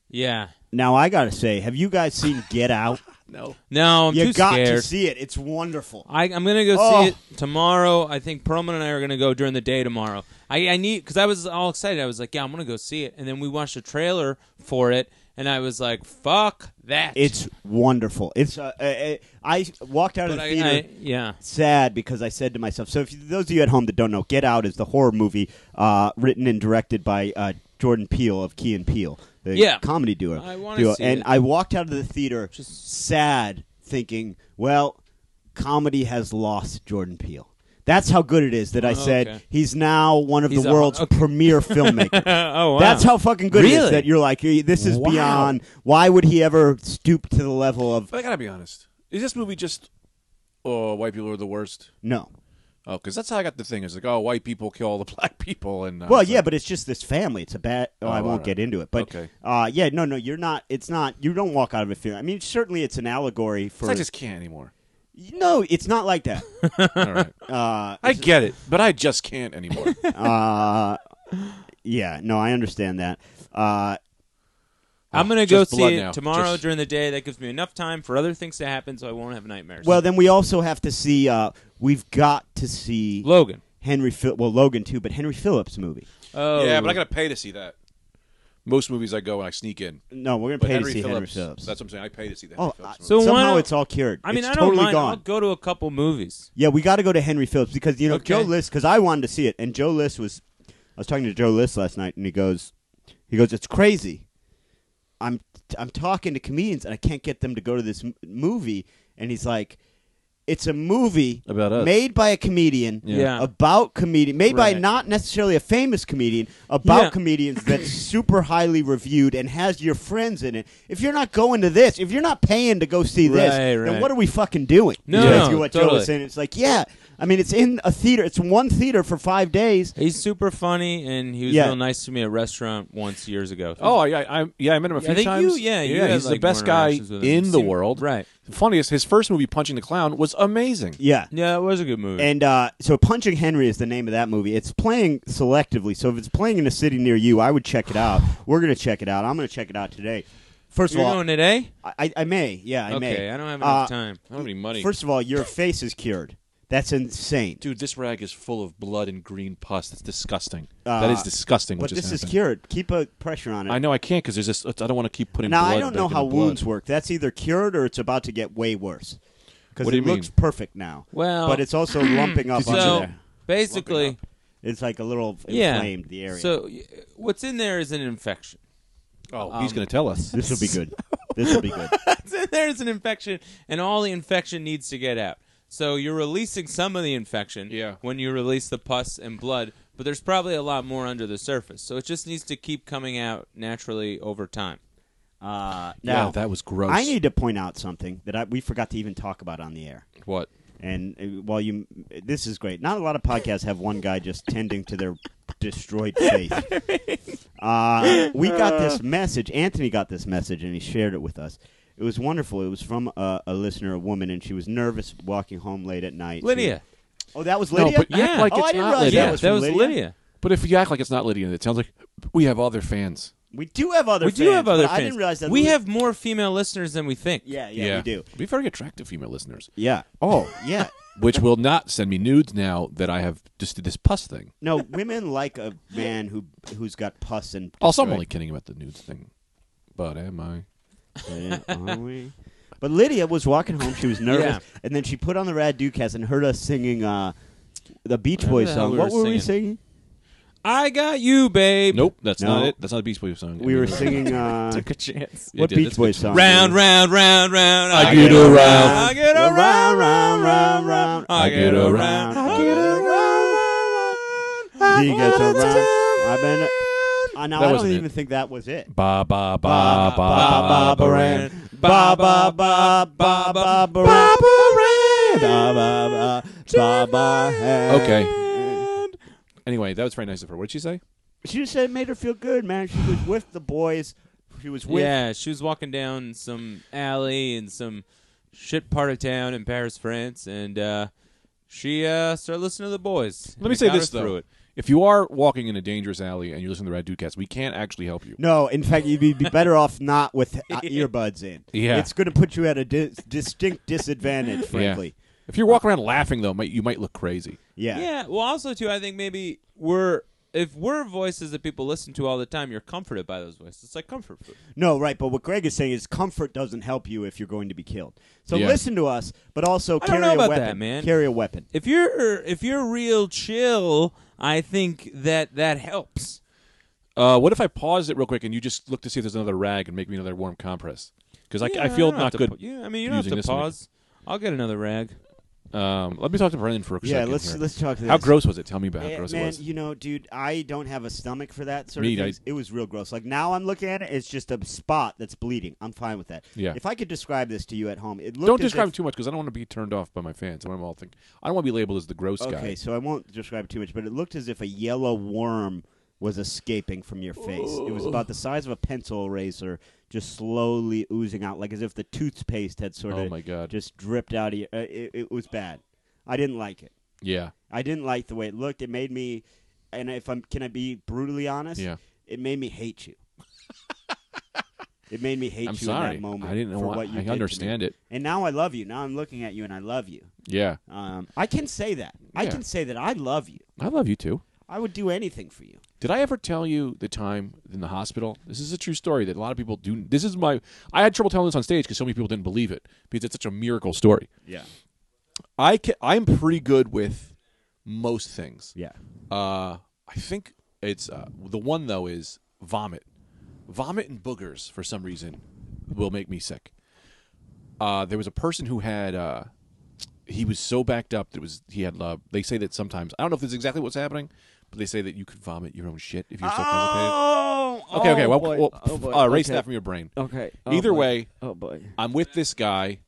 Yeah. now I gotta say, have you guys seen Get Out? No. No, I'm you too got scared. to see it. It's wonderful. I, I'm gonna go Oh. see it tomorrow. I think Perlman and I are gonna go during the day tomorrow. I, I need because I was all excited. I was like, "Yeah, I'm gonna go see it." And then we watched a trailer for it, and I was like, "Fuck that!" It's wonderful. It's uh, uh, uh, I walked out of but the I, theater I, yeah. sad because I said to myself. So, if you, those of you at home that don't know, Get Out is the horror movie uh, written and directed by uh, Jordan Peele of Key and Peele, the Yeah. comedy duo. I wanna duo. see And it. I walked out of the theater Just- sad, thinking, well, comedy has lost Jordan Peele. That's how good it is that I Oh, said okay. he's now one of He's the a- world's okay. premier filmmakers. oh, wow. That's how fucking good it is Really? that you're like, "Hey, this is Wow. beyond. Why would he ever stoop to the level of But I gotta be honest. Is this movie just oh white people are the worst? no? Oh, because that's how I got the thing. It's like oh white people kill all the black people and uh, Well, it's yeah, like- but it's just this family. It's a bad. Oh, Oh, I all won't right. get into it, but Okay. uh, yeah, no, no, you're not. It's not. You don't walk out of a feeling. I mean, certainly it's an allegory for. I just can't anymore. no, it's not like that. all right. uh, I get it, but I just can't anymore. uh, yeah, no, I understand that. Uh, I'm gonna go Oh, Just see blood it now. tomorrow Just- during the day. That gives me enough time for other things to happen, so I won't have nightmares. well, then we also have to see. Uh, we've got to see Logan. Henry. Phil- well, Logan too, but Henry Phillips movie. Oh, Yeah, but I gotta pay to see that. Most movies I go and I sneak in. No, we're gonna But pay Henry to see Phillips, Henry Phillips. That's what I'm saying. I pay to see that. oh, Henry Phillips uh, movie. So why somehow don't- it's all cured. I mean, It's I don't totally mind. gone. I'll go to a couple movies. Yeah, we got to go to Henry Phillips because you know Okay. Joe List because I wanted to see it, and Joe List was. I was talking to Joe List last night, and he goes, he goes, it's crazy. I'm I'm talking to comedians, and I can't get them to go to this m- movie, and he's like, it's a movie About us. made by a comedian Yeah. about comedian made by Right. not necessarily a famous comedian about Yeah. comedians that's super highly reviewed and has your friends in it. If you're not going to this, if you're not paying to go see this, Right, then right. what are we fucking doing? No, Because no, you what Joe totally. was saying. It's like yeah, I mean it's in a theater. It's one theater for five days. He's super funny, and he was Yeah. real nice to me at a restaurant once years ago. Oh, yeah, I, yeah, I met him a few I think times. you- yeah, you yeah, had, he's the like, more best guy interactions with him. in You the seem- world. right. Funniest, his first movie, Punching the Clown, was amazing. Yeah. yeah, it was a good movie. And uh, so, Punching Henry is the name of that movie. It's playing selectively. So, if it's playing in a city near you, I would check it out. We're going to check it out. I'm going to check it out today. First of You're all, going today? I- I, I may. Yeah, I okay, may. I don't have enough Uh, time. I don't have any money. First of all, your face is cured. That's insane. Dude, this rag is full of blood and green pus. That's disgusting. Uh, that is disgusting. but what this just is happened. cured. Keep a pressure on it. I know I can't because there's this. I don't want to keep putting. now, blood I don't back know in how the blood. wounds work. That's either cured or it's about to get way worse. Because What it do you mean? looks perfect now. Well, but it's also lumping up under so there. basically, It's like a little yeah. inflamed, the area. So y- what's in there is an infection. Oh, he's going to tell us. this will be good. This will be good. What's in there is an infection, and all the infection needs to get out. So you're releasing some of the infection Yeah. when you release the pus and blood, but there's probably a lot more under the surface. So it just needs to keep coming out naturally over time. Uh, Yeah, now, that was gross. I need to point out something that I, we forgot to even talk about on the air. what? And uh, while you, this is great. Not a lot of podcasts have one guy just tending to their destroyed faith. Uh, we got this message. Anthony got this message, and he shared it with us. It was wonderful. It was from a, a listener, a woman, and she was nervous walking home late at night. Lydia. She- oh, that was Lydia. but you act Yeah. like Oh, it's I didn't not realize Lydia. that was from Lydia? But if you act like it's not Lydia, it sounds like we have other fans. we do have other. We do fans, have other but fans. I didn't realize that we Ly- have more female listeners than we think. Yeah, yeah, we do. We have very attractive female listeners, Yeah. Oh, yeah. which will not send me nudes now that I have just did this pus thing. No, women like a man who who's got pus and. Also, I'm destroyed only kidding about the nudes thing. But am I? but Lydia was walking home. She was nervous, and then she put on the Rad Ducast and heard us singing uh, the Beach Boys the hell song. we what were were we singing? I got you, babe. Nope, that's No. not it. That's not a Beach Boys song. We were singing uh, Took a chance. Yeah, what dude, Beach that's Boys song? Round, round, round, round. I, get around. I get around. round, round, round, round. I get around. I get around. He gets around. I've been. Uh, now That I don't wasn't it. even think that was it. Ba ba Ba ba ba ba ba ba. ran. Ba ba ba ba ba ba ran. Ba ba ba ba ba. ran. Okay. Anyway, that was very nice of her. What did she say? She just said it made her feel good, man. She was with the boys. She was with. Yeah, she was walking down some alley in some shit part of town in Paris, France, and uh, she uh, started listening to the boys. Let I me say got her this through though: it. if you are walking in a dangerous alley and you listen to the Red Dude Cats, we can't actually help you. No, in fact, you'd be better off not with uh, earbuds in. Yeah. It's going to put you at a dis- distinct disadvantage, frankly. If you walk around laughing though, might, you might look crazy. Yeah. Yeah. Well, also too, I think maybe we're if we're voices that people listen to all the time, you're comforted by those voices. It's like comfort food. No, right. But what Greg is saying is comfort doesn't help you if you're going to be killed. So Yeah. listen to us, but also I don't carry know a about weapon. that, man. Carry a weapon. If you're if you're real chill, I think that that helps. Uh, what if I pause it real quick and you just look to see if there's another rag and make me another warm compress? Because I, Yeah, I feel don't have not to good. pa- yeah, I mean you don't using have to this one. pause. I'll get another rag. Um, let me talk to Brendan for a Yeah, second let's here. let's talk. To How this. gross was it? Tell me about how Eh, gross man, it was. you know, dude, I don't have a stomach for that sort Me, of I- things. it was real gross. Like now, I'm looking at it; it's just a spot that's bleeding. I'm fine with that. Yeah. If I could describe this to you at home, it looked Don't as describe if- it too much because I don't want to be turned off by my fans. I'm all think I don't want to be labeled as the gross Okay, guy. so I won't describe it too much, but it looked as if a yellow worm was escaping from your face. It was about the size of a pencil eraser, just slowly oozing out, like as if the toothpaste had sort Oh of my God. just dripped out of you. Uh, it, it was bad. I didn't like it. Yeah, I didn't like the way it looked. It made me, and if I'm, can I be brutally honest? Yeah. It made me hate you. it made me hate I'm you in sorry. that moment. I didn't know for why- what you I did to me. understand it. And now I love you. Now I'm looking at you and I love you. yeah. Um, I can say that. I Yeah. can say that I love you. I love you too. I would do anything for you. Did I ever tell you the time in the hospital? This is a true story that a lot of people do. This is my. I had trouble telling this on stage because so many people didn't believe it because it's such a miracle story. Yeah. I can, I'm pretty good with most things. Yeah. Uh, I think it's uh, the one though is vomit. Vomit and boogers for some reason will make me sick. Uh, there was a person who had uh, he was so backed up that it was he had. Uh, they say that sometimes I don't know if this is exactly what's happening, but they say that you could vomit your own shit if you're so constipated. Oh, Okay, okay. oh, Well, boy. well Oh, boy. uh, erase Okay. that from your brain. Okay. Oh, Either boy. way, Oh boy. I'm with this guy.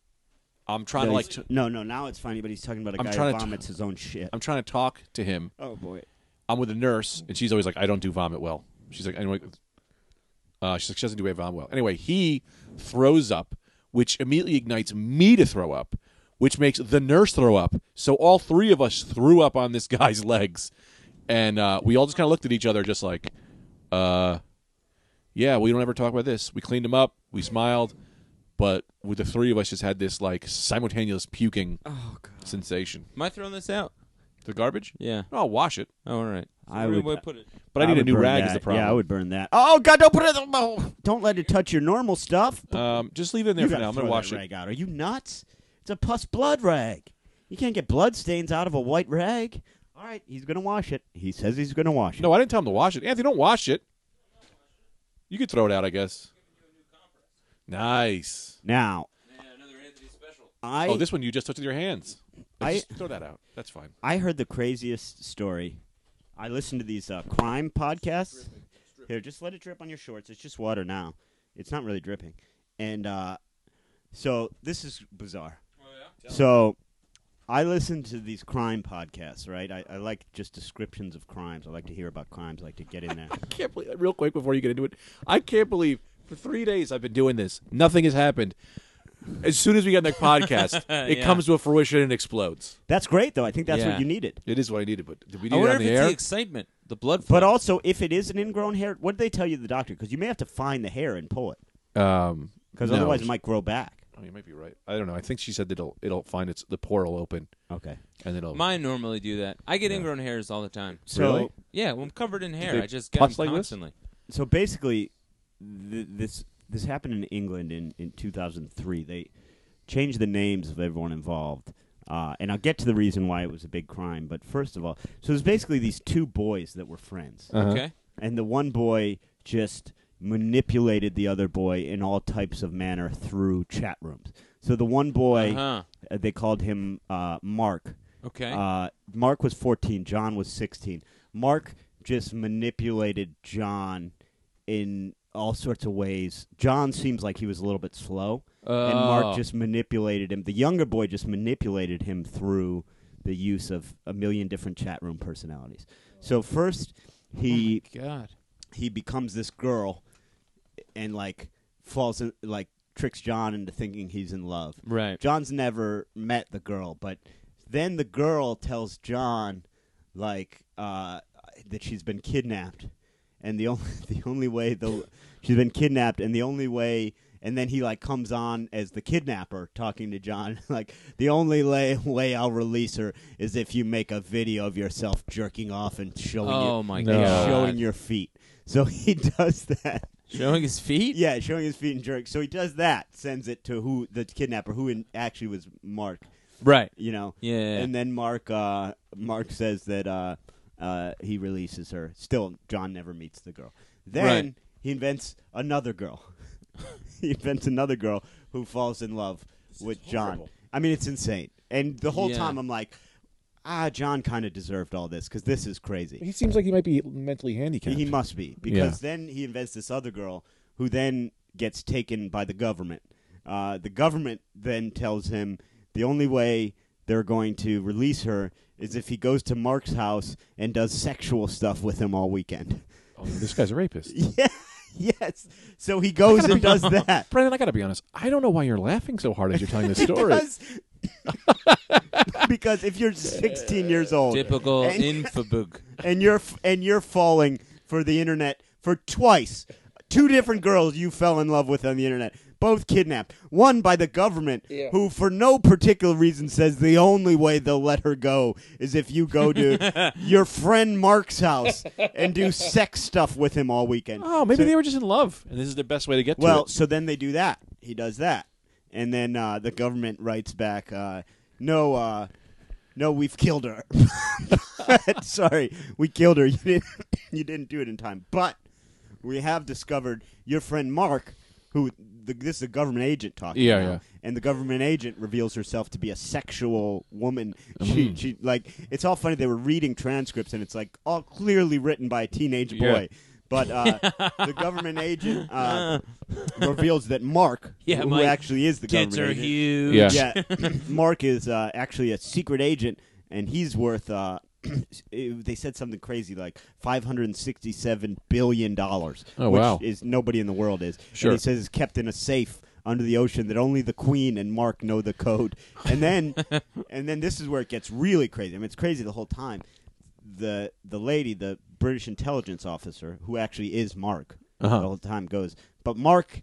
I'm trying No, to like. he's- T- no, no. Now it's funny, but he's talking about a I'm guy trying to who t- vomits his own shit. I'm trying to talk to him. oh boy. I'm with a nurse, and she's always like, "I don't do vomit well." She's like, anyway, uh, she's like, she doesn't do vomit well. Anyway, he throws up, which immediately ignites me to throw up, which makes the nurse throw up. So all three of us threw up on this guy's legs, and uh, we all just kind of looked at each other, just like, uh, "Yeah, we don't ever talk about this." We cleaned him up, we smiled, but with the three of us, just had this like simultaneous puking Oh god. sensation. Am I throwing this out? The garbage? Yeah. I'll wash it, Oh, all right. I Where do would- I put it? but I, need a would new burn rag. Is that. the problem? Yeah, I would burn that. Oh god, don't put it. Oh, don't let it touch your normal stuff. Um, just leave it in there You for gotta now. I'm throw gonna wash that it. rag out. Are you nuts? It's a pus blood rag. You can't get blood stains out of a white rag. All right, he's gonna wash it. He says he's gonna wash it. No, I didn't tell him to wash it. Anthony, don't wash it. You could throw it out, I guess. Nice. Now, I oh, this one you just touched with your hands. I- Just throw that out. That's fine. I heard the craziest story. I listen to these uh, crime podcasts. Here, just let it drip on your shorts. It's just water now. It's not really dripping. And uh, so this is bizarre. Oh, So I listen to these crime podcasts, right? I, I like just descriptions of crimes. I like to hear about crimes. I like to get in there. I can't believe real quick before you get into it. I can't believe for three days I've been doing this. Nothing has happened. As soon as we get on the podcast, it Yeah. comes to a fruition and explodes. That's great, though. I think that's Yeah. what you needed. It is what I needed, but did we I need it wonder on if the it's air? the excitement, the blood. But flow. also, if it is an ingrown hair, what did they tell you, the doctor? Because you may have to find the hair and pull it, um, because no. otherwise it might grow back. Oh, you might be right. I don't know. I think she said that it'll it'll find its the portal open Okay. and it'll mine normally do that. I get ingrown hairs all the time. So Really? Yeah, well, I'm covered in hair. they I just get pus them like this? constantly. so basically, th- this this happened in England in in 2003. They changed the names of everyone involved, uh, and I'll get to the reason why it was a big crime. But first of all, so there's basically these two boys that were friends, Okay. and the one boy just manipulated the other boy in all types of manner through chat rooms. So the one boy, Uh-huh. uh, they called him uh, Mark. Okay. Uh, Mark was 14. John was 16. Mark just manipulated John in all sorts of ways. John seems like he was a little bit slow, and Mark Oh. just manipulated him. The younger boy just manipulated him through the use of a million different chat room personalities. So first Oh he God. he becomes this girl and like falls in, like tricks John into thinking he's in love. Right. John's never met the girl, but then the girl tells John, like, uh, that she's been kidnapped, and the only the only way the she's been kidnapped, and the only way, and then he like comes on as the kidnapper talking to John, like the only way way I'll release her is if you make a video of yourself jerking off and showing Oh your, my and God. showing your feet. So he does that. Showing his feet. Yeah, showing his feet and jerk. So he does that, sends it to who the kidnapper, who in, actually was Mark. Right. You know. Yeah. And then Mark, uh, Mark says that uh, uh, he releases her. Still, John never meets the girl. Then Right. he invents another girl. he invents another girl who falls in love with John. horrible. I mean, it's insane. And the whole Yeah. time, I'm like, ah, John kind of deserved all this because this is crazy. He seems like he might be mentally handicapped. He must be because then he invents this other girl who then gets taken by the government. Uh, the government then tells him the only way they're going to release her is if he goes to Mark's house and does sexual stuff with him all weekend. Oh, this guy's a rapist. yeah, yes. So he goes and does that. Brendan, I gotta be honest. I don't know why you're laughing so hard as you're telling this story. Because, because if you're 16 years old Typical And- infobug. and you're f- and you're falling for the internet for twice. Two different girls you fell in love with on the internet, both kidnapped. One by the government, who for no particular reason says the only way they'll let her go is if you go to your friend Mark's house and do sex stuff with him all weekend. oh, maybe So- they were just in love, and this is the best way to get well, to so then they do that. He does that, and then uh, the government writes back, uh, "No, uh, no, we've killed her. Sorry, we killed her. You didn't, you didn't do it in time. But we have discovered your friend Mark, who the, this is a government agent talking. Yeah, now, yeah. And the government agent reveals herself to be a sexual woman. Mm-hmm. She, she like it's all funny. They were reading transcripts, and it's like all clearly written by a teenage Yeah. boy. But uh, the government agent uh, reveals that Mark, Yeah, who Mike actually is the Kids are government agent, huge. Yeah. yeah, Mark is uh, actually a secret agent, and he's worth. Uh, it- they said something crazy like five hundred and sixty-seven billion dollars. Oh, which wow. Is nobody in the world is. Sure. And it says it's kept in a safe under the ocean that only the Queen and Mark know the code. And then, and then this is where it gets really crazy. I mean, it's crazy the whole time. The the lady, the British intelligence officer, who actually is Mark, Uh-huh. the whole time goes. But Mark,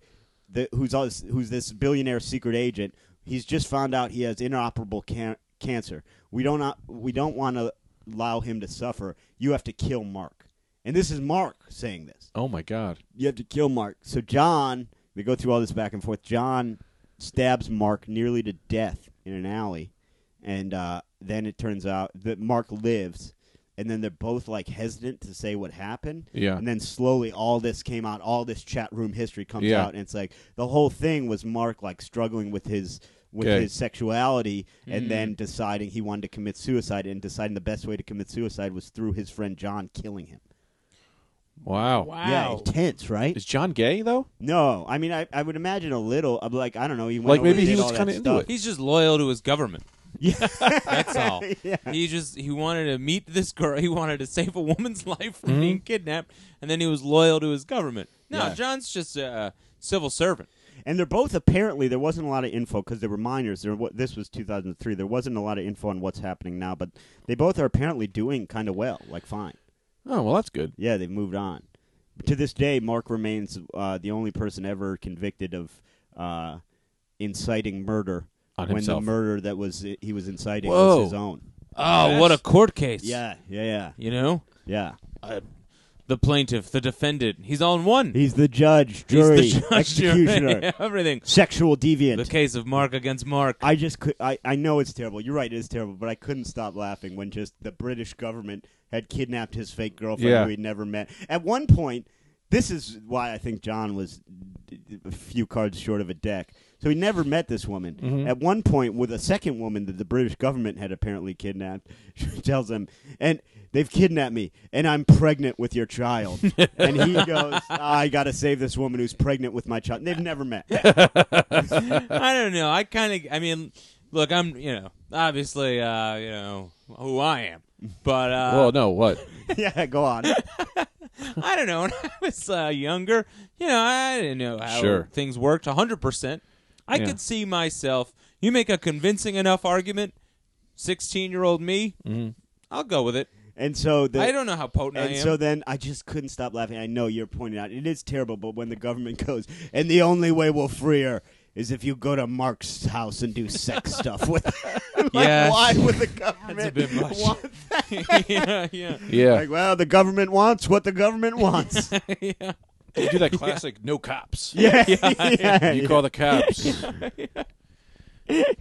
the, who's all this, who's this billionaire secret agent, he's just found out he has inoperable can- cancer. We don't not, we don't want to allow him to suffer. You have to kill Mark, and this is Mark saying this. Oh my god. You have to kill Mark. So John, they go through all this back and forth. John stabs Mark nearly to death in an alley, and uh, then it turns out that Mark lives. And then they're both like hesitant to say what happened. Yeah. And then slowly all this came out, all this chat room history comes Yeah. out, and it's like the whole thing was Mark like struggling with his with Okay. Mm. his sexuality and then deciding he wanted to commit suicide and deciding the best way to commit suicide was through his friend John killing him. Wow. Yeah, Wow. intense, right? Is John gay though? No, I mean, I, I would imagine a little. I'm like, I don't know. He went Like, over and maybe he did was all that kinda into stuff. it. He's just loyal to his government. Yeah, That's all. Yeah. He just he wanted to meet this girl. He wanted to save a woman's life from being kidnapped, and then he was loyal to his government. No, Mm-hmm. Yeah. John's just a civil servant. and they're both apparently there wasn't a lot of info because they were minors. There, wa- this was 2003. There wasn't a lot of info on what's happening now, but they both are apparently doing kind of well, like fine. Oh well, that's good. Yeah, they've moved on. To this day, Mark remains uh, the only person ever convicted of uh, inciting murder On when himself. the murder that was uh, he was inciting Whoa. was his own. Oh, That's- what a court case! Yeah, yeah, yeah, you know Uh, yeah. the plaintiff, the defendant. He's all in one. He's the judge, He's jury, the judge, jury, executioner, everything. sexual deviant. The case of Mark against Mark. I just could. I, I know it's terrible. You're right, it is terrible. But I couldn't stop laughing when just the British government had kidnapped his fake girlfriend Yeah. who he'd never met. At one point, this is why I think John was d- d- a few cards short of a deck. So he never met this woman. Mm-hmm. At one point, with a second woman that the British government had apparently kidnapped, she tells him, and they've kidnapped me, and I'm pregnant with your child. and he goes, I got to save this woman who's pregnant with my child. And they've never met. I don't know. I kind of. I mean, look, I'm. You know, obviously, uh, you know who I am. But uh, well, no, what? yeah, go on. I don't know. When I was uh, younger, you know, I didn't know how Sure. things worked 100%. I Yeah. could see myself, you make a convincing enough argument, 16 year old me, I'll go with it. And so the, I don't know how potent I And am. so then I just couldn't stop laughing. I know you're pointing out it is terrible, but when the government goes, and the only way we'll free her is if you go to Mark's house and do sex stuff with her. like, Yes. why would the government That's a bit much. want that? yeah, yeah. Yeah, Like, well, the government wants what the government wants. you do that classic no cops. yeah. yeah. You call the cops.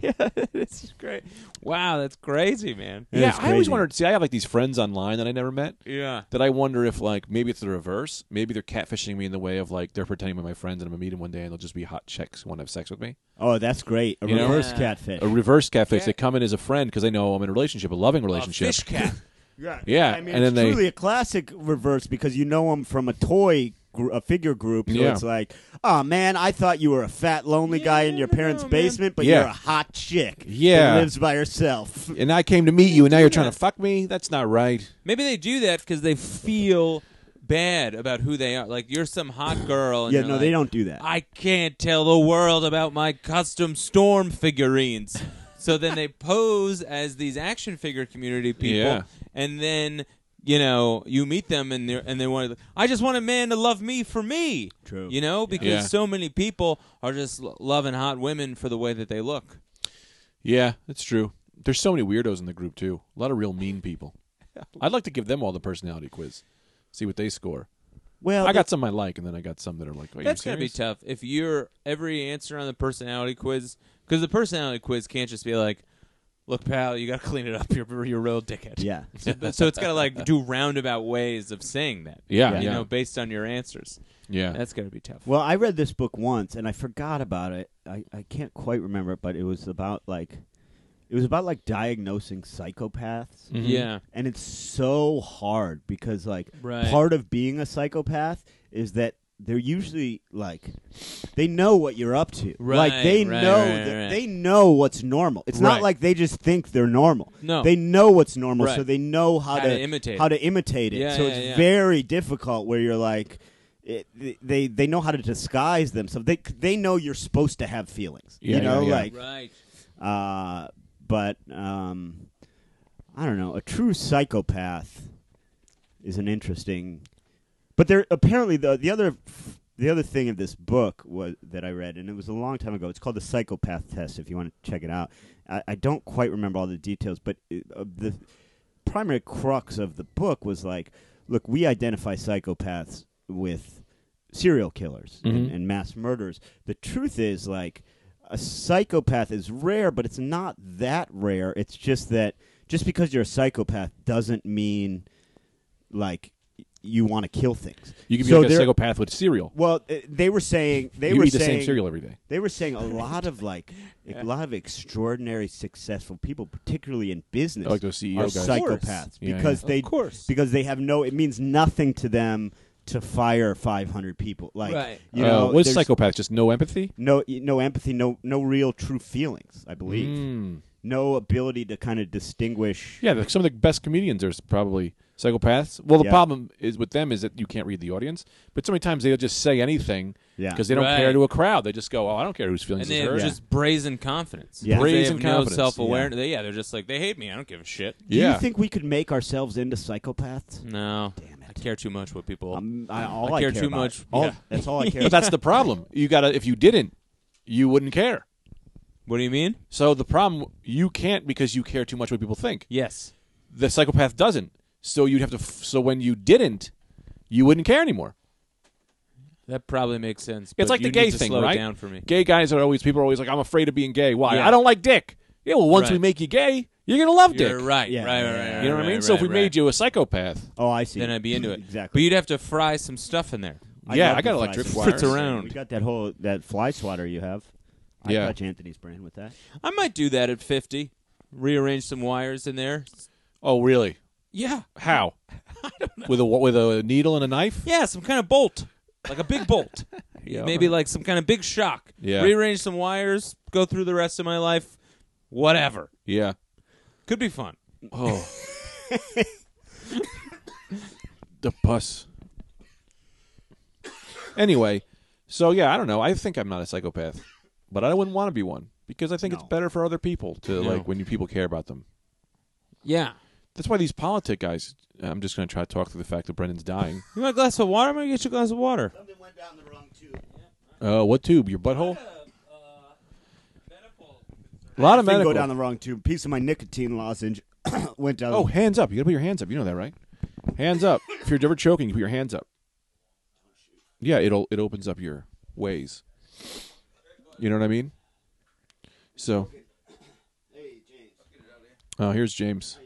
yeah, it's great. Wow, that's crazy, man. That yeah, is I always crazy. wondered. See, I have like these friends online that I never met. Yeah. That I wonder if like maybe it's the reverse. Maybe they're catfishing me in the way of like they're pretending to be my friends and I'm gonna meet them one day and they'll just be hot chicks who want to have sex with me. Oh, that's great. A You know? reverse Yeah. catfish. A reverse catfish. They come in as a friend because they know I'm in a relationship, a loving relationship. fish cat. Yeah, Yeah, I mean, and it's then they- truly a classic reverse because you know him from a toy, gr- a figure group. So Yeah. it's like, oh man, I thought you were a fat, lonely guy in your Yeah, parents' no, man. basement, but Yeah. you're a hot chick. Yeah. who lives by herself. and I came to meet you, and now you're trying to fuck me. That's not right. Maybe they do that because they feel bad about who they are. Like, you're some hot girl. And Yeah, they're no, like, they don't do that. I can't tell the world about my custom storm figurines. so then they pose as these action figure community people, Yeah. and then you know you meet them and they and they want. I just want a man to love me for me. True. You know because Yeah. so many people are just lo- loving hot women for the way that they look. Yeah, that's true. There's so many weirdos in the group too. A lot of real mean people. I'd like to give them all the personality quiz, see what they score. well, I got some I like, and then I got some that are like, Wait, That's you gonna be serious? tough if you're every answer on the personality quiz because the personality quiz can't just be like, look, pal, you got to clean it up. You're you're a real dickhead. Yeah. So, th- so it's got to like do roundabout ways of saying that. Yeah, You yeah. know, based on your answers. Yeah. That's got to be tough. Well, I read this book once and I forgot about it. I, I can't quite remember it, but it was about like it was about like diagnosing psychopaths. Mhm. Yeah. And it's so hard because like Right. part of being a psychopath is that they're usually like they know what you're up to. like Right, they right, know right, that right. they know what's normal. It's Right. not like they just think they're normal. No. They know what's normal, Right. so they know how, How to imitate how it. to imitate it. Yeah, so yeah, it's yeah. very difficult where you're like it, they they know how to disguise themselves. They they know you're supposed to have feelings. Yeah, you know, yeah, yeah. like right. uh, but um, I don't know. A true psychopath is an interesting. But there apparently the the other the other thing of this book was that I read, and it was a long time ago. It's called the Psychopath Test. If you want to check it out, I, I don't quite remember all the details, but it, uh, the primary crux of the book was like, look, we identify psychopaths with serial killers and, Mhm. and mass murderers. The truth is like a psychopath is rare, but it's not that rare. It's just that just because you're a psychopath doesn't mean like you want to kill things. You can be So like a there- psychopath with cereal. Well, uh, they were saying they you were eat the saying same cereal every day. they were saying a lot of like a lot of extraordinary successful people, particularly in business, Like those CEO are guys. psychopaths Yeah, because Of they course. because they have no. It means nothing to them to fire 500 people. Like Right. you Uh, know, what is there's psychopath? Just no empathy. no no empathy, no no real true feelings. I believe Mm. no ability to kind of distinguish. Yeah, the, some of the best comedians are probably psychopaths. Well, the Yeah. problem is with them is that you can't read the audience. But so many times they'll just say anything Yeah. because they don't Right. care to a crowd. They just go, "Oh, I don't care whose And feelings is they hurt." have just brazen confidence. Yeah. They Brazen have confidence, no self awareness. Yeah. they're just like they hate me. I don't give a shit. Do yeah. you think we could make ourselves into psychopaths? No, Damn it. I care too much what people. Um, I, all I I care too about- much. all- Yeah. That's all I care. but that's the problem. You gotta. If you didn't, you wouldn't care. what do you mean? So the problem you can't because you care too much what people think. Yes. The psychopath doesn't. So you'd have to. F- so when you didn't, you wouldn't care anymore. That probably makes sense. It's but like the you gay need to thing, slow it right? down for me. Gay guys are always people are always like, "I'm afraid of being gay. Why? Yeah. I don't like dick." Yeah, well, once Right. we make you gay, you're gonna love You're dick. right, Yeah. right, right, right, right. You know what I mean? so if we made you a psychopath, Oh, I see. then I'd be into it. Exactly. But you'd have to fry some stuff in there. I Yeah, love I got the fly electric swatter. Fritz around. We got that whole that fly swatter you have. I Yeah. touch Anthony's brain with that. I might do that at fifty. Rearrange some wires in there. oh really? Yeah, How? With a with a needle and a knife? yeah, some kind of bolt, like a big bolt. Yeah, Maybe like some kind of big shock. Yeah. Rearrange some wires. Go through the rest of my life. Whatever. Yeah. Could be fun. Oh. the pus. Anyway, so yeah, I don't know. I think I'm not a psychopath, but I wouldn't want to be one because I think it's No. better for other people to No. like when you people care about them. Yeah. That's why these politic guys. I'm just going to try to talk through the fact that Brendan's dying. You want a glass of water? I'm gonna get you a glass of water. Something went down the wrong tube. Uh, what tube? Your butthole? uh, A lot of Didn't medical. go down the wrong tube. Piece of my nicotine lozenge went down. oh, hands up! You got to put your hands up. You know that, right? Hands up. if you're ever choking, you put your hands up. Yeah, it'll it opens up your ways. You know what I mean? So, Hey, James. oh, here's James.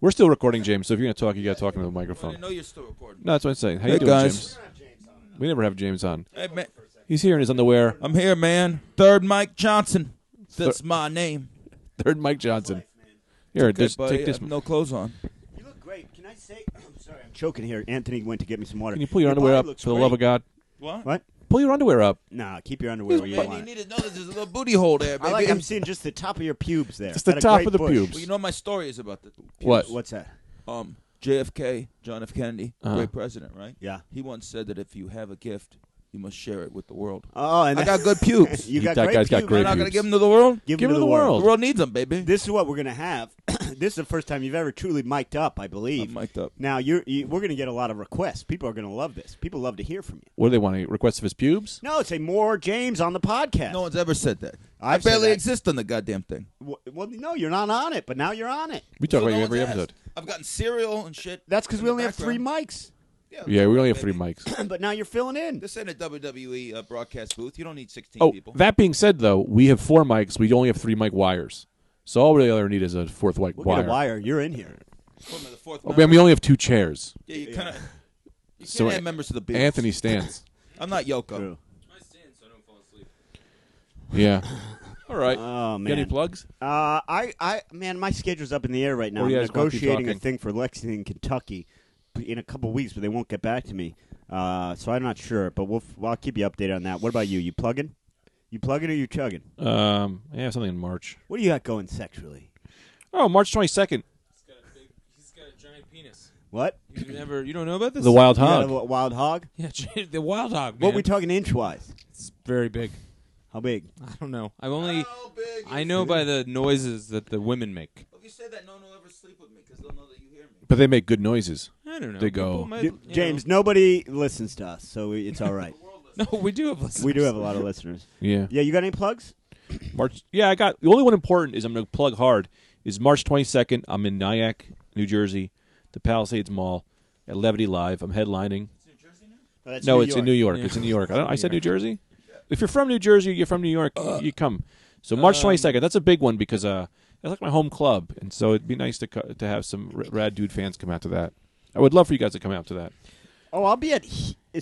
We're still recording, James. So if you're gonna talk, you gotta talk into the microphone. know you're still recording. No, that's what I'm saying. How Hey, you doing, guys. James? We never have James on. Hey, man. He's here in his underwear. I'm here, man. Third Mike Johnson. That's my name. Third Mike Johnson. Here, Okay, just buddy. take I this. have no clothes on. You look great. Can I say? I'm sorry, I'm choking here. Anthony went to get me some water. Can you pull your underwear body up looks for the great. love of God? What? What? Pull your underwear up. Nah, keep your underwear where you Man, you want. it. need to know that there's a little booty hole there, baby. I like. I'm seeing just the top of your pubes there. Just the Got a top great of the bush. pubes. well, you know my story is about the What? What's that? um JFK, John F. Kennedy, Uh-huh. great president, right? Yeah. He once said that if you have a gift, you must share it with the world. Oh, and I that- got good pubes. you got That great guy's got pubes. great You're not gonna pubes. give them to the world. Give, Give them it to the the world. world. The world needs them, baby. This is what we're gonna have. this is the first time you've ever truly mic'd up, I believe. I'm mic'd up. Now you're you, we're gonna get a lot of requests. People are gonna love this. People love to hear from you. What do they want? A request of his pubes? No, say more James on the podcast. No one's ever said that. I I've said barely that. exist on the goddamn thing. well, well, no, you're not on it, but now you're on it. We talk So about no you one's every asked. episode. I've gotten cereal and shit. That's because in we the only have three background. mics, Yeah, we only have three baby. mics. but now you're filling in. This ain't a WWE uh, broadcast booth. You don't need 16 Oh, people. that being said, though, we have four mics. We only have three mic wires. So all we really need is a fourth white We'll wire. get a wire. You're in here. What, the fourth Oh, member? man, we only have two chairs. Yeah, you kind of. You So, can't add members to the Beatles. Anthony stands. I'm not Yoko. True. yeah. All right. Oh man. Got any plugs? Uh, I, I, man, my schedule's up in the air right now. Or I'm you guys wanna keep negotiating a talking? thing for Lexington, Kentucky, in a couple weeks, but they won't get back to me. Uh, so I'm not sure, but we'll, f- well, I'll keep you updated on that. What about you? You plugging? You plugging or you chugging? Um, I have something in March. What do you got going sexually? Oh, March 22nd. He's got a big. He's got a giant penis. What? You never. You don't know about this. The Wild You got Hog. a wild hog? Yeah, j- the wild hog. Man. What we talking inch wise? It's very big. How big? I don't know. I've only. I know by the noises that the women make. If you say that, no one will ever sleep with me because they'll know that you hear me. But they make good noises. I don't know. They go- People might- J- you know. James, nobody listens to us, so we, it's all right. No, we do have listeners. we do have a lot of listeners. Yeah. Yeah, you got any plugs? March. Yeah, I got the only one important is I'm going to plug hard is March 22nd. I'm in Nyack, New Jersey, the Palisades Mall at Levity Live. I'm headlining. Oh, that's no, it's in New York. Yeah. It's in New York. I, don't, I said New New Jersey. If you're from New Jersey, you're from New York. you come. So March 22nd. That's a big one because uh, that's like my home club, and so it'd be nice to co- to have some r- rad dude fans come out to that. I would love for you guys to come out to that. Oh, I'll be at.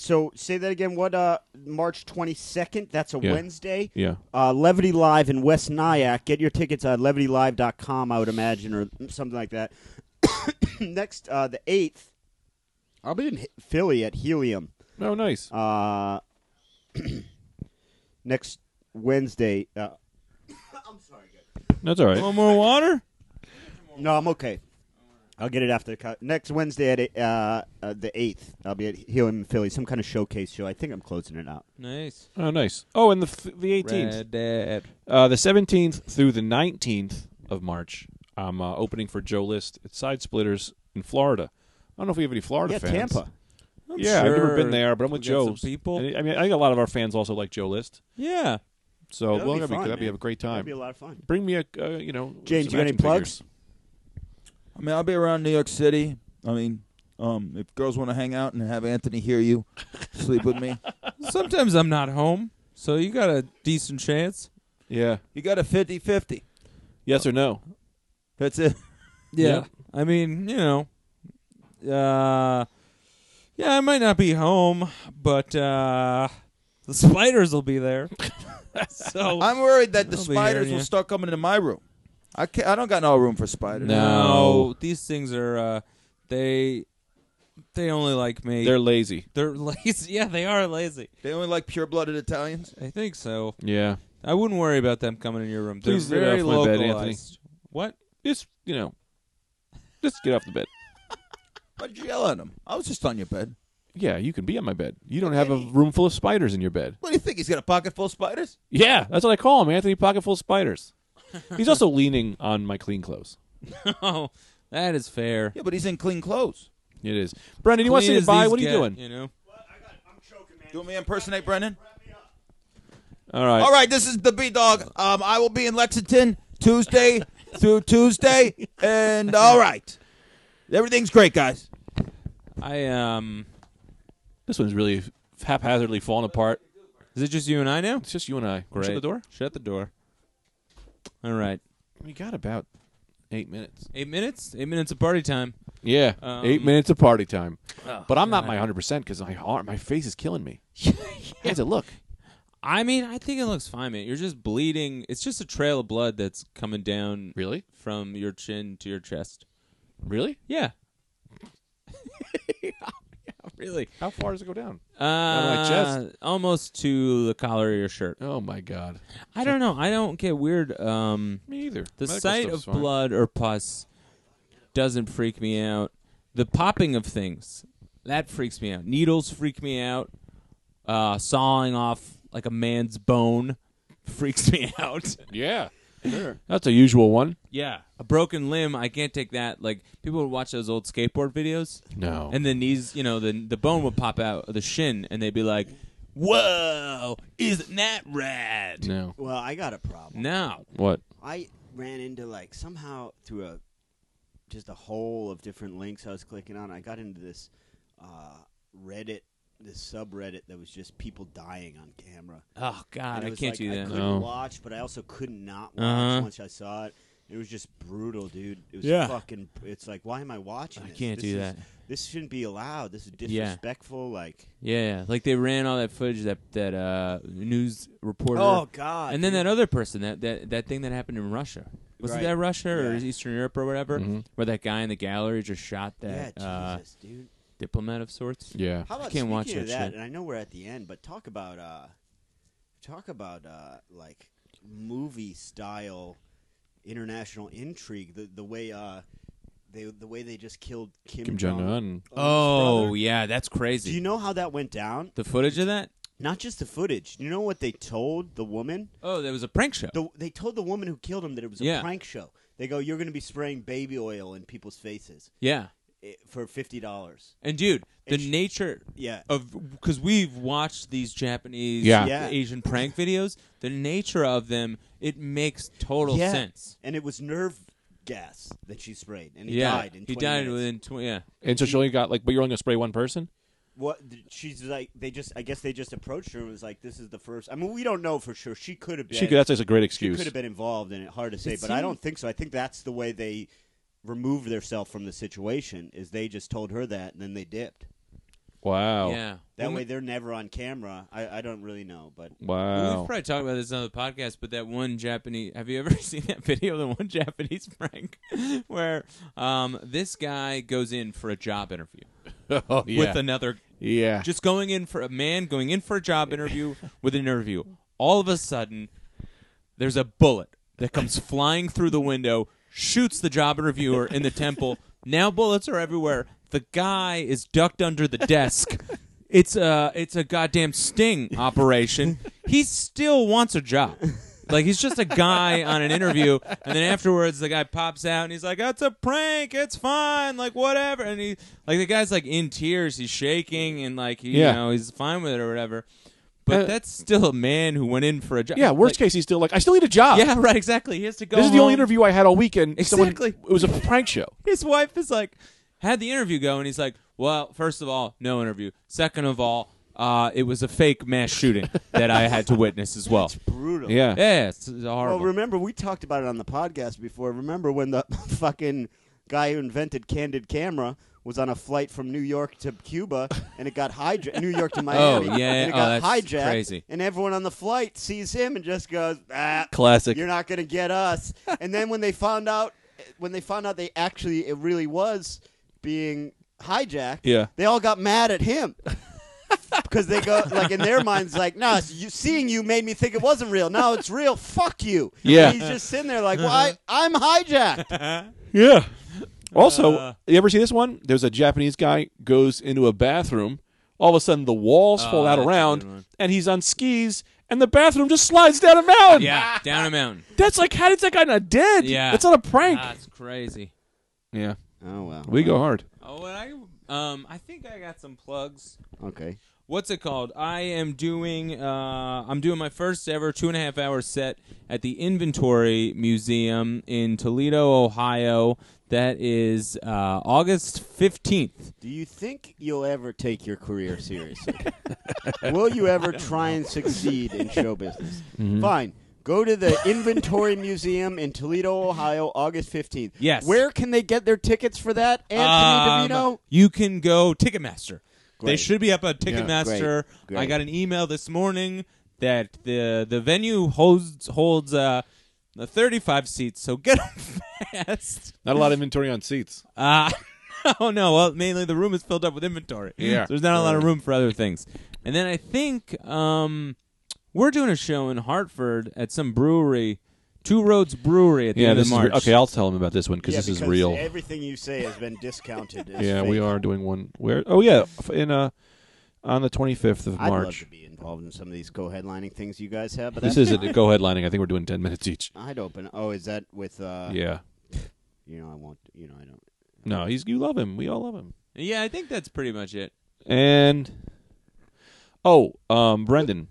So say that again. What? Uh, March twenty second. That's a Yeah. Wednesday. Yeah. Uh, Levity Live in West Nyack. Get your tickets at levitylive.com, I would imagine, or something like that. Next, uh, the eighth. I'll be in H- Philly at Helium. Oh, nice. Uh, next Wednesday. Uh, I'm sorry. guys. That's all right. One more water. No, I'm okay. I'll get it after the cut. Next Wednesday at uh, uh, the eighth. I'll be at Helium in Philly. Some kind of showcase show. I think I'm closing it out. Nice. Oh, nice. Oh, and the f- the 18th. Red Dead. Uh, the 17th through the 19th of March, I'm uh, opening for Joe List at Side Splitters in Florida. I don't know if we have any Florida yeah, fans. Tampa. I'm yeah, I've never sure been there, but I'm with we got some Joe's people. And, I mean, I think a lot of our fans also like Joe List, Yeah. so That'd well, be that'd, be, fun, that'd be man. a great That'd time. be a lot of fun. Bring me a uh, you know James, some you got any action figures. plugs? I mean, I'll be around New York City. I mean, um, if girls want to hang out and have Anthony hear you, sleep with me. Sometimes I'm not home, so you got a decent chance. Yeah, You got a 50 50. yes or no? That's it. Yeah. I mean, you know, uh, yeah, I might not be home, but uh, the spiders will be there. so I'm worried that the Oh. I'll be spiders hearing will you. start coming into my room. I can't, I don't got no room for spiders. No. these things are uh, they they only like me. They're lazy. They're lazy. Yeah, they are lazy. They only like pure blooded Italians. I think so. Yeah, I wouldn't worry about them coming in your room. Please They're get very off my bed, localized. Anthony. What? just you know, just get off the bed. Why'd you yell at them? I was just on your bed. Yeah, you can be on my bed. You don't have a room full of spiders in your bed. What do you think? He's got a pocket full of spiders? Yeah, that's what I call him, Anthony Pocketful of Spiders. He's also leaning on my clean clothes. oh, that is fair. Yeah, but he's in clean clothes. It is. Brendan, you want to Clean say as goodbye? these What are you get, doing? You know. Do you want me to impersonate Brennan? All right. All right, this is the B Dog. Um, I will be in Lexington Tuesday through Tuesday, and all right, everything's great, guys. I um. This one's really haphazardly falling apart. Is it just you and I now? It's just you and I. Shut Great. the door. Shut the door. All right. We got about eight minutes. Eight minutes. Eight minutes of party time. Yeah, Um, Oh, eight minutes of party time. but I'm not my 100 percent because my arm, my face is killing me. How does it look? I mean, I think it looks fine, man. You're just bleeding. It's just a trail of blood that's coming down Really? from your chin to your chest. Really? Yeah. really? How far does it go down? Uh, my chest? Almost to the collar of your shirt. Oh my god. I don't know. I don't get weird. Um, Me either. the Medical sight stuff's of fine. blood or pus doesn't freak me out. The popping of things that freaks me out. Needles freak me out. Uh, sawing off like a man's bone freaks me out. Yeah. That's a usual one. yeah, a broken limb. I can't take that. Like people would watch those old skateboard videos. No. And the knees, you know, the the bone would pop out of the shin, and they'd be like, "Whoa, isn't that rad?" no. Well, I got a problem. No. What? I ran into like somehow through a just a hole of different links I was clicking on. I got into this uh, Reddit, this subreddit that was just people dying on camera. Oh God, And it I was can't like, do I that. couldn't No. watch, but I also could not watch Uh-huh. once I saw it. It was just brutal, dude. It was Yeah. fucking. It's like, why am I watching? I this? can't This do is- that. This shouldn't be allowed. This is Yeah. disrespectful. Like, Yeah, like they ran all that footage that that uh, news reporter. oh god. and then dude. that other person, that, that that thing that happened in Russia, was Right. it that Russia or Yeah. Eastern Europe or whatever, Mhm. where that guy in the gallery just shot that yeah, uh, Jesus, dude. diplomat of sorts. Yeah. How about can't watch speaking of that that? shit. And I know we're at the end, but talk about uh, talk about uh, like movie style international intrigue. The the way uh, they the way they just killed Kim, Kim Jong Un. Oh brother. yeah, that's crazy. Do you know how that went down? the footage of that? Not just the footage. You know what they told the woman? Oh, there was a prank show. The, they told the woman who killed him that it was a Yeah. prank show. They go, "You're going to be spraying baby oil in people's faces yeah, eh, for fifty dollars." and dude, the It's- nature Yeah, of because we've watched these Japanese, Yeah. Yeah. Asian prank videos. The nature of them, it makes total Yeah. sense. and it was nerve gas that she sprayed, and he yeah, died. In he 20 died minutes. within twenty. Yeah, And so she only got like, but you're only gonna spray one person. What th- she's like? They just, I guess they just approached her and was like, "This is the first. I mean, we don't know for sure. She could have been. She could. That's just a great she excuse. could have been involved in it. Hard to say, but I seemed- don't think so. I think that's the way they removed themselves from the situation. Is they just told her that, and then they dipped. Wow. yeah. That Well, way, they're never on camera. I, I don't really know, but Well, Wow. we've probably talked about this on the podcast, but that one Japanese. Have you ever seen that video? The one Japanese prank where um, this guy goes in for a job interview oh, yeah. with another, yeah. just going in for a man going in for a job interview with an interview. All of a sudden, there's a bullet that comes flying through the window, shoots the job interviewer in the temple. Now bullets are everywhere. The guy is ducked under the desk. It's a it's a goddamn sting operation. He still wants a job. Like he's just a guy on an interview, and then afterwards the guy pops out and he's like, "That's a prank. It's fine. Like whatever." And he like the guy's like in tears. He's shaking and like he, Yeah. you know he's fine with it or whatever. But Uh, that's still a man who went in for a job. yeah. Like- Worst case, he's still like, I still need a job. yeah, right. Exactly. He has to go. This is the only home. interview I had all weekend. Someone- Exactly. it was a prank show. His wife is like, had the interview go, and he's like, well, first of all, no interview. Second of all, uh, it was a fake mass shooting that I had to witness as well. brutal. Yeah. Yeah, it's, it's horrible. Well, remember we talked about it on the podcast before. Remember when the fucking guy who invented candid camera was on a flight from New York to Cuba and it got hijacked. New York to Miami. yeah. And it Oh, got that's hijacked. crazy. And everyone on the flight sees him and just goes, "Ah, Classic. you're not gonna get us." and then when they found out, when they found out they actually it really was being hijacked. Yeah. They all got mad at him. Because they go like in their minds, like, nah, you, seeing you made me think it wasn't real. Now it's real. Fuck you. Yeah. And he's just sitting there like, why? I'm hijacked. Yeah. Also, Uh. you ever see this one? There's a Japanese guy goes into a bathroom. All of a sudden, the walls fall out that's a good around, one. and he's on skis, and the bathroom just slides down a mountain. yeah, down a mountain. That's like, how did that guy not dead? Yeah. That's not a prank. That's crazy. yeah. Oh well. We go hard. Oh, and I, um, I think I got some plugs. Okay. What's it called? I am doing. Uh, I'm doing my first ever two and a half hour set at the Inventory Museum in Toledo, Ohio. That is uh, August fifteenth. Do you think you'll ever take your career seriously? Will you ever try and succeed in show business? Mm-hmm. Fine. Go to the Inventory Museum in Toledo, Ohio, August 15th. Yes. Where can they get their tickets for that? Anthony Um, uh, DeVito? You can go Ticketmaster. They Great. should be up on Ticketmaster. Great. Great. I got an email this morning that the the venue holds holds uh, 35 seats, so get them fast. Not a lot of inventory on seats. Uh, oh no! Well, mainly the room is filled up with inventory. Yeah. so there's not a lot of room for other things. And then I think um, we're doing a show in Hartford at some brewery, Two Roads Brewery, at the end of re- March. okay. I'll tell him about this one Yeah, because this is because real. Everything you say has been discounted. as yeah, we fake. are doing one. Where? Oh yeah, f- in uh, on the 25th of I'd love March. to be involved in some of these co-headlining things you guys have, but This that's is fine. a go headlining. I think we're doing 10 minutes each. I'd open. Oh, is that with? uh yeah. You know, I won't. You know, I don't. No, he's you love him. We all love him. Yeah, I think that's pretty much it. And oh, um, Brendan,